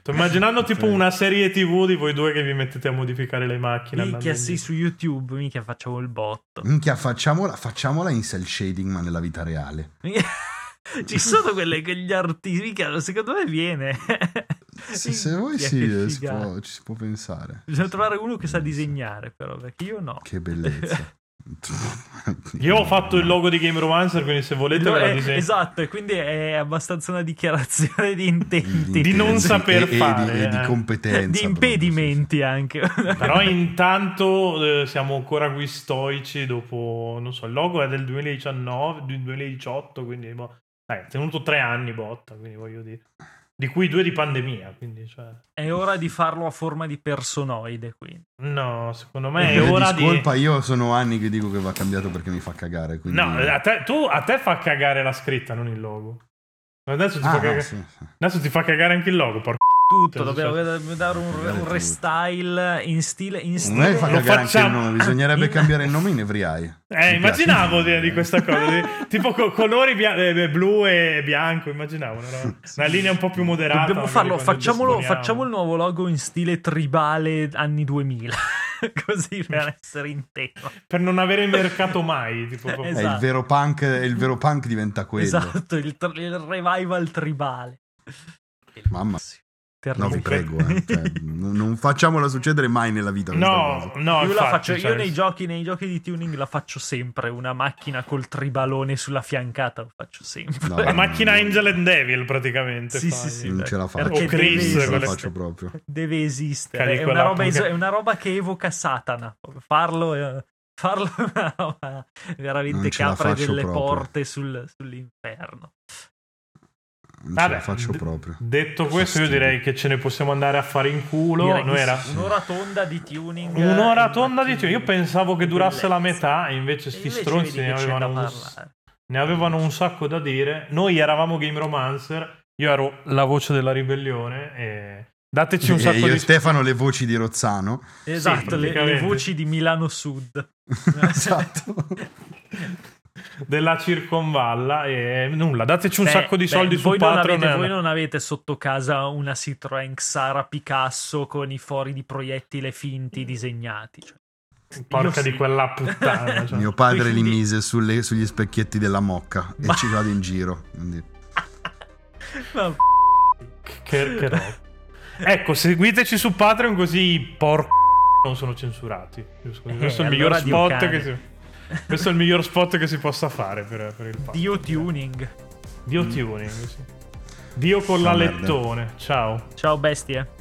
Speaker 2: Sto immaginando tipo
Speaker 3: Sì.
Speaker 2: una serie TV di voi due che vi mettete a modificare le macchine. andando
Speaker 1: minchia
Speaker 2: in
Speaker 1: sì,
Speaker 2: giro.
Speaker 1: su YouTube, minchia facciamo il botto.
Speaker 3: Minchia, facciamola, facciamola in cell shading, ma nella vita reale.
Speaker 1: Ci sono quelle che gli artisti, minchia, secondo me viene.
Speaker 3: Se, se vuoi
Speaker 1: Minchia,
Speaker 3: sì,
Speaker 1: che
Speaker 3: eh, si
Speaker 1: figata.
Speaker 3: può- ci si può pensare.
Speaker 1: Bisogna
Speaker 3: Sì.
Speaker 1: trovare uno che sa disegnare, però, perché io no.
Speaker 3: Che bellezza.
Speaker 2: Io ho fatto il logo di Game Romancer, quindi se volete
Speaker 1: No,
Speaker 2: ve la
Speaker 1: eh,
Speaker 2: disegno.
Speaker 1: esatto, e quindi è abbastanza una dichiarazione di intenti,
Speaker 2: Di non
Speaker 3: Sì,
Speaker 2: saper
Speaker 3: e- e di-
Speaker 2: fare,
Speaker 3: e di,
Speaker 2: eh.
Speaker 3: competenza.
Speaker 1: di impedimenti anche.
Speaker 2: Però intanto eh, siamo ancora qui stoici dopo, non so, il logo è del 2019, del 2018, quindi boh, dai, è tenuto tre anni botta, quindi voglio dire. Di cui due di pandemia, quindi cioè...
Speaker 1: È ora di farlo a forma di personoide, quindi.
Speaker 2: No, secondo me
Speaker 3: È
Speaker 2: è eh, ora di...
Speaker 3: Eh, discolpa, io sono anni che dico che va cambiato perché mi fa cagare. Quindi... Ah,
Speaker 2: No, eh, a te, tu, a te fa cagare la scritta, non il logo. Adesso ti,
Speaker 3: Ah,
Speaker 2: fa
Speaker 3: no,
Speaker 2: cagare,
Speaker 3: sì, sì.
Speaker 2: adesso ti fa cagare anche il logo, porco.
Speaker 1: tutto,
Speaker 2: cioè,
Speaker 1: dobbiamo dare un, un restyle in stile, in stile.
Speaker 3: Non è fa
Speaker 2: Lo
Speaker 3: cagare anche il
Speaker 2: facciamo-
Speaker 3: nome, bisognerebbe
Speaker 1: in-
Speaker 3: cambiare il nome in evriai.
Speaker 2: Eh,
Speaker 3: Mi
Speaker 2: immaginavo
Speaker 3: piace.
Speaker 2: di, di questa cosa, di- tipo co- colori bia- eh, blu e bianco, immaginavo, una, roba- una linea un po' più moderata.
Speaker 1: Dobbiamo
Speaker 2: magari,
Speaker 1: farlo,
Speaker 2: quando
Speaker 1: facciamolo,
Speaker 2: disponiamo.
Speaker 1: facciamo il nuovo logo in stile tribale anni 2000, così per essere in tema.
Speaker 2: Per non avere mercato mai, tipo, proprio-
Speaker 3: Eh,
Speaker 1: Esatto.
Speaker 3: il, vero punk, il vero punk diventa quello.
Speaker 1: Esatto, il, tr- il revival tribale.
Speaker 3: Mamma. No, vi
Speaker 1: Terribile.
Speaker 3: prego, eh, cioè, n- non facciamola succedere mai nella vita. questa
Speaker 2: No,
Speaker 3: cosa.
Speaker 2: no,
Speaker 1: io, la
Speaker 2: infatti,
Speaker 1: faccio,
Speaker 2: cioè,
Speaker 1: io nei, giochi, nei giochi di tuning la faccio sempre, una macchina col tribalone sulla fiancata lo faccio sempre.
Speaker 3: No,
Speaker 2: La
Speaker 3: no,
Speaker 2: macchina
Speaker 3: no,
Speaker 2: Angel and Devil praticamente.
Speaker 1: Sì,
Speaker 2: fai.
Speaker 1: sì, sì.
Speaker 3: Non ce la faccio.
Speaker 1: Perché
Speaker 2: O Chris,
Speaker 1: deve
Speaker 3: non ce la
Speaker 2: quella-
Speaker 3: faccio proprio.
Speaker 1: deve esisere.
Speaker 2: Cari
Speaker 1: È
Speaker 2: quella
Speaker 1: una, roba
Speaker 2: poca-
Speaker 1: es- è una roba che evoca Satana. Farlo, è- farlo è una roba veramente
Speaker 3: Non ce
Speaker 1: che
Speaker 3: la
Speaker 1: apre
Speaker 3: faccio
Speaker 1: delle
Speaker 3: proprio.
Speaker 1: porte sul- sull'inferno.
Speaker 3: Non ce
Speaker 2: Vabbè,
Speaker 3: la faccio
Speaker 2: d-
Speaker 3: proprio.
Speaker 2: Detto questo, io
Speaker 3: Fastidio.
Speaker 2: direi che ce ne possiamo andare a fare in culo.
Speaker 1: Direi che
Speaker 2: Non era
Speaker 1: sì, Un'ora tonda di tuning.
Speaker 2: un'ora
Speaker 1: eh,
Speaker 2: tonda di Dio. Io pensavo che durasse la
Speaker 1: bellezza.
Speaker 2: metà, e invece sti
Speaker 1: Invece
Speaker 2: stronzi
Speaker 1: vedi
Speaker 2: ne
Speaker 1: che c'è da
Speaker 2: avevano, un,
Speaker 1: parlare.
Speaker 2: ne avevano un sacco da dire. Noi eravamo Game Romancer, io ero la voce della ribellione. E... Dateci un
Speaker 3: E
Speaker 2: sacco
Speaker 3: io e
Speaker 2: di
Speaker 3: Stefano le voci di Rozzano.
Speaker 1: Esatto, le- le,
Speaker 2: praticamente.
Speaker 1: voci di Milano Sud.
Speaker 3: esatto.
Speaker 2: della circonvalla e nulla. Dateci un
Speaker 1: Beh,
Speaker 2: sacco di
Speaker 1: beh,
Speaker 2: soldi su
Speaker 1: voi non
Speaker 2: Patreon.
Speaker 1: avete- voi non avete sotto casa una Citroën Xara Picasso con i fori di proiettile finti disegnati. cioè.
Speaker 2: Porca
Speaker 1: Io sì.
Speaker 2: di quella puttana. cioè.
Speaker 3: Mio padre li
Speaker 1: Quindi-
Speaker 3: mise sulle- sugli specchietti della mocca e
Speaker 1: Ma-
Speaker 3: ci vado in giro. quindi.
Speaker 1: Ma-
Speaker 2: Che, che roba. Ecco, seguiteci su Patreon così i porco non sono censurati. Giusto?
Speaker 1: Eh,
Speaker 2: Questo è il
Speaker 1: allora
Speaker 2: miglior
Speaker 1: Dio
Speaker 2: spot
Speaker 1: cane.
Speaker 2: che si... Questo è il miglior spot che si possa fare per, per il Patreon.
Speaker 1: Dio tuning.
Speaker 2: Dio tuning, sì. Dio con
Speaker 3: Fa Mm. merda.
Speaker 2: l'alettone. Ciao.
Speaker 1: Ciao bestie.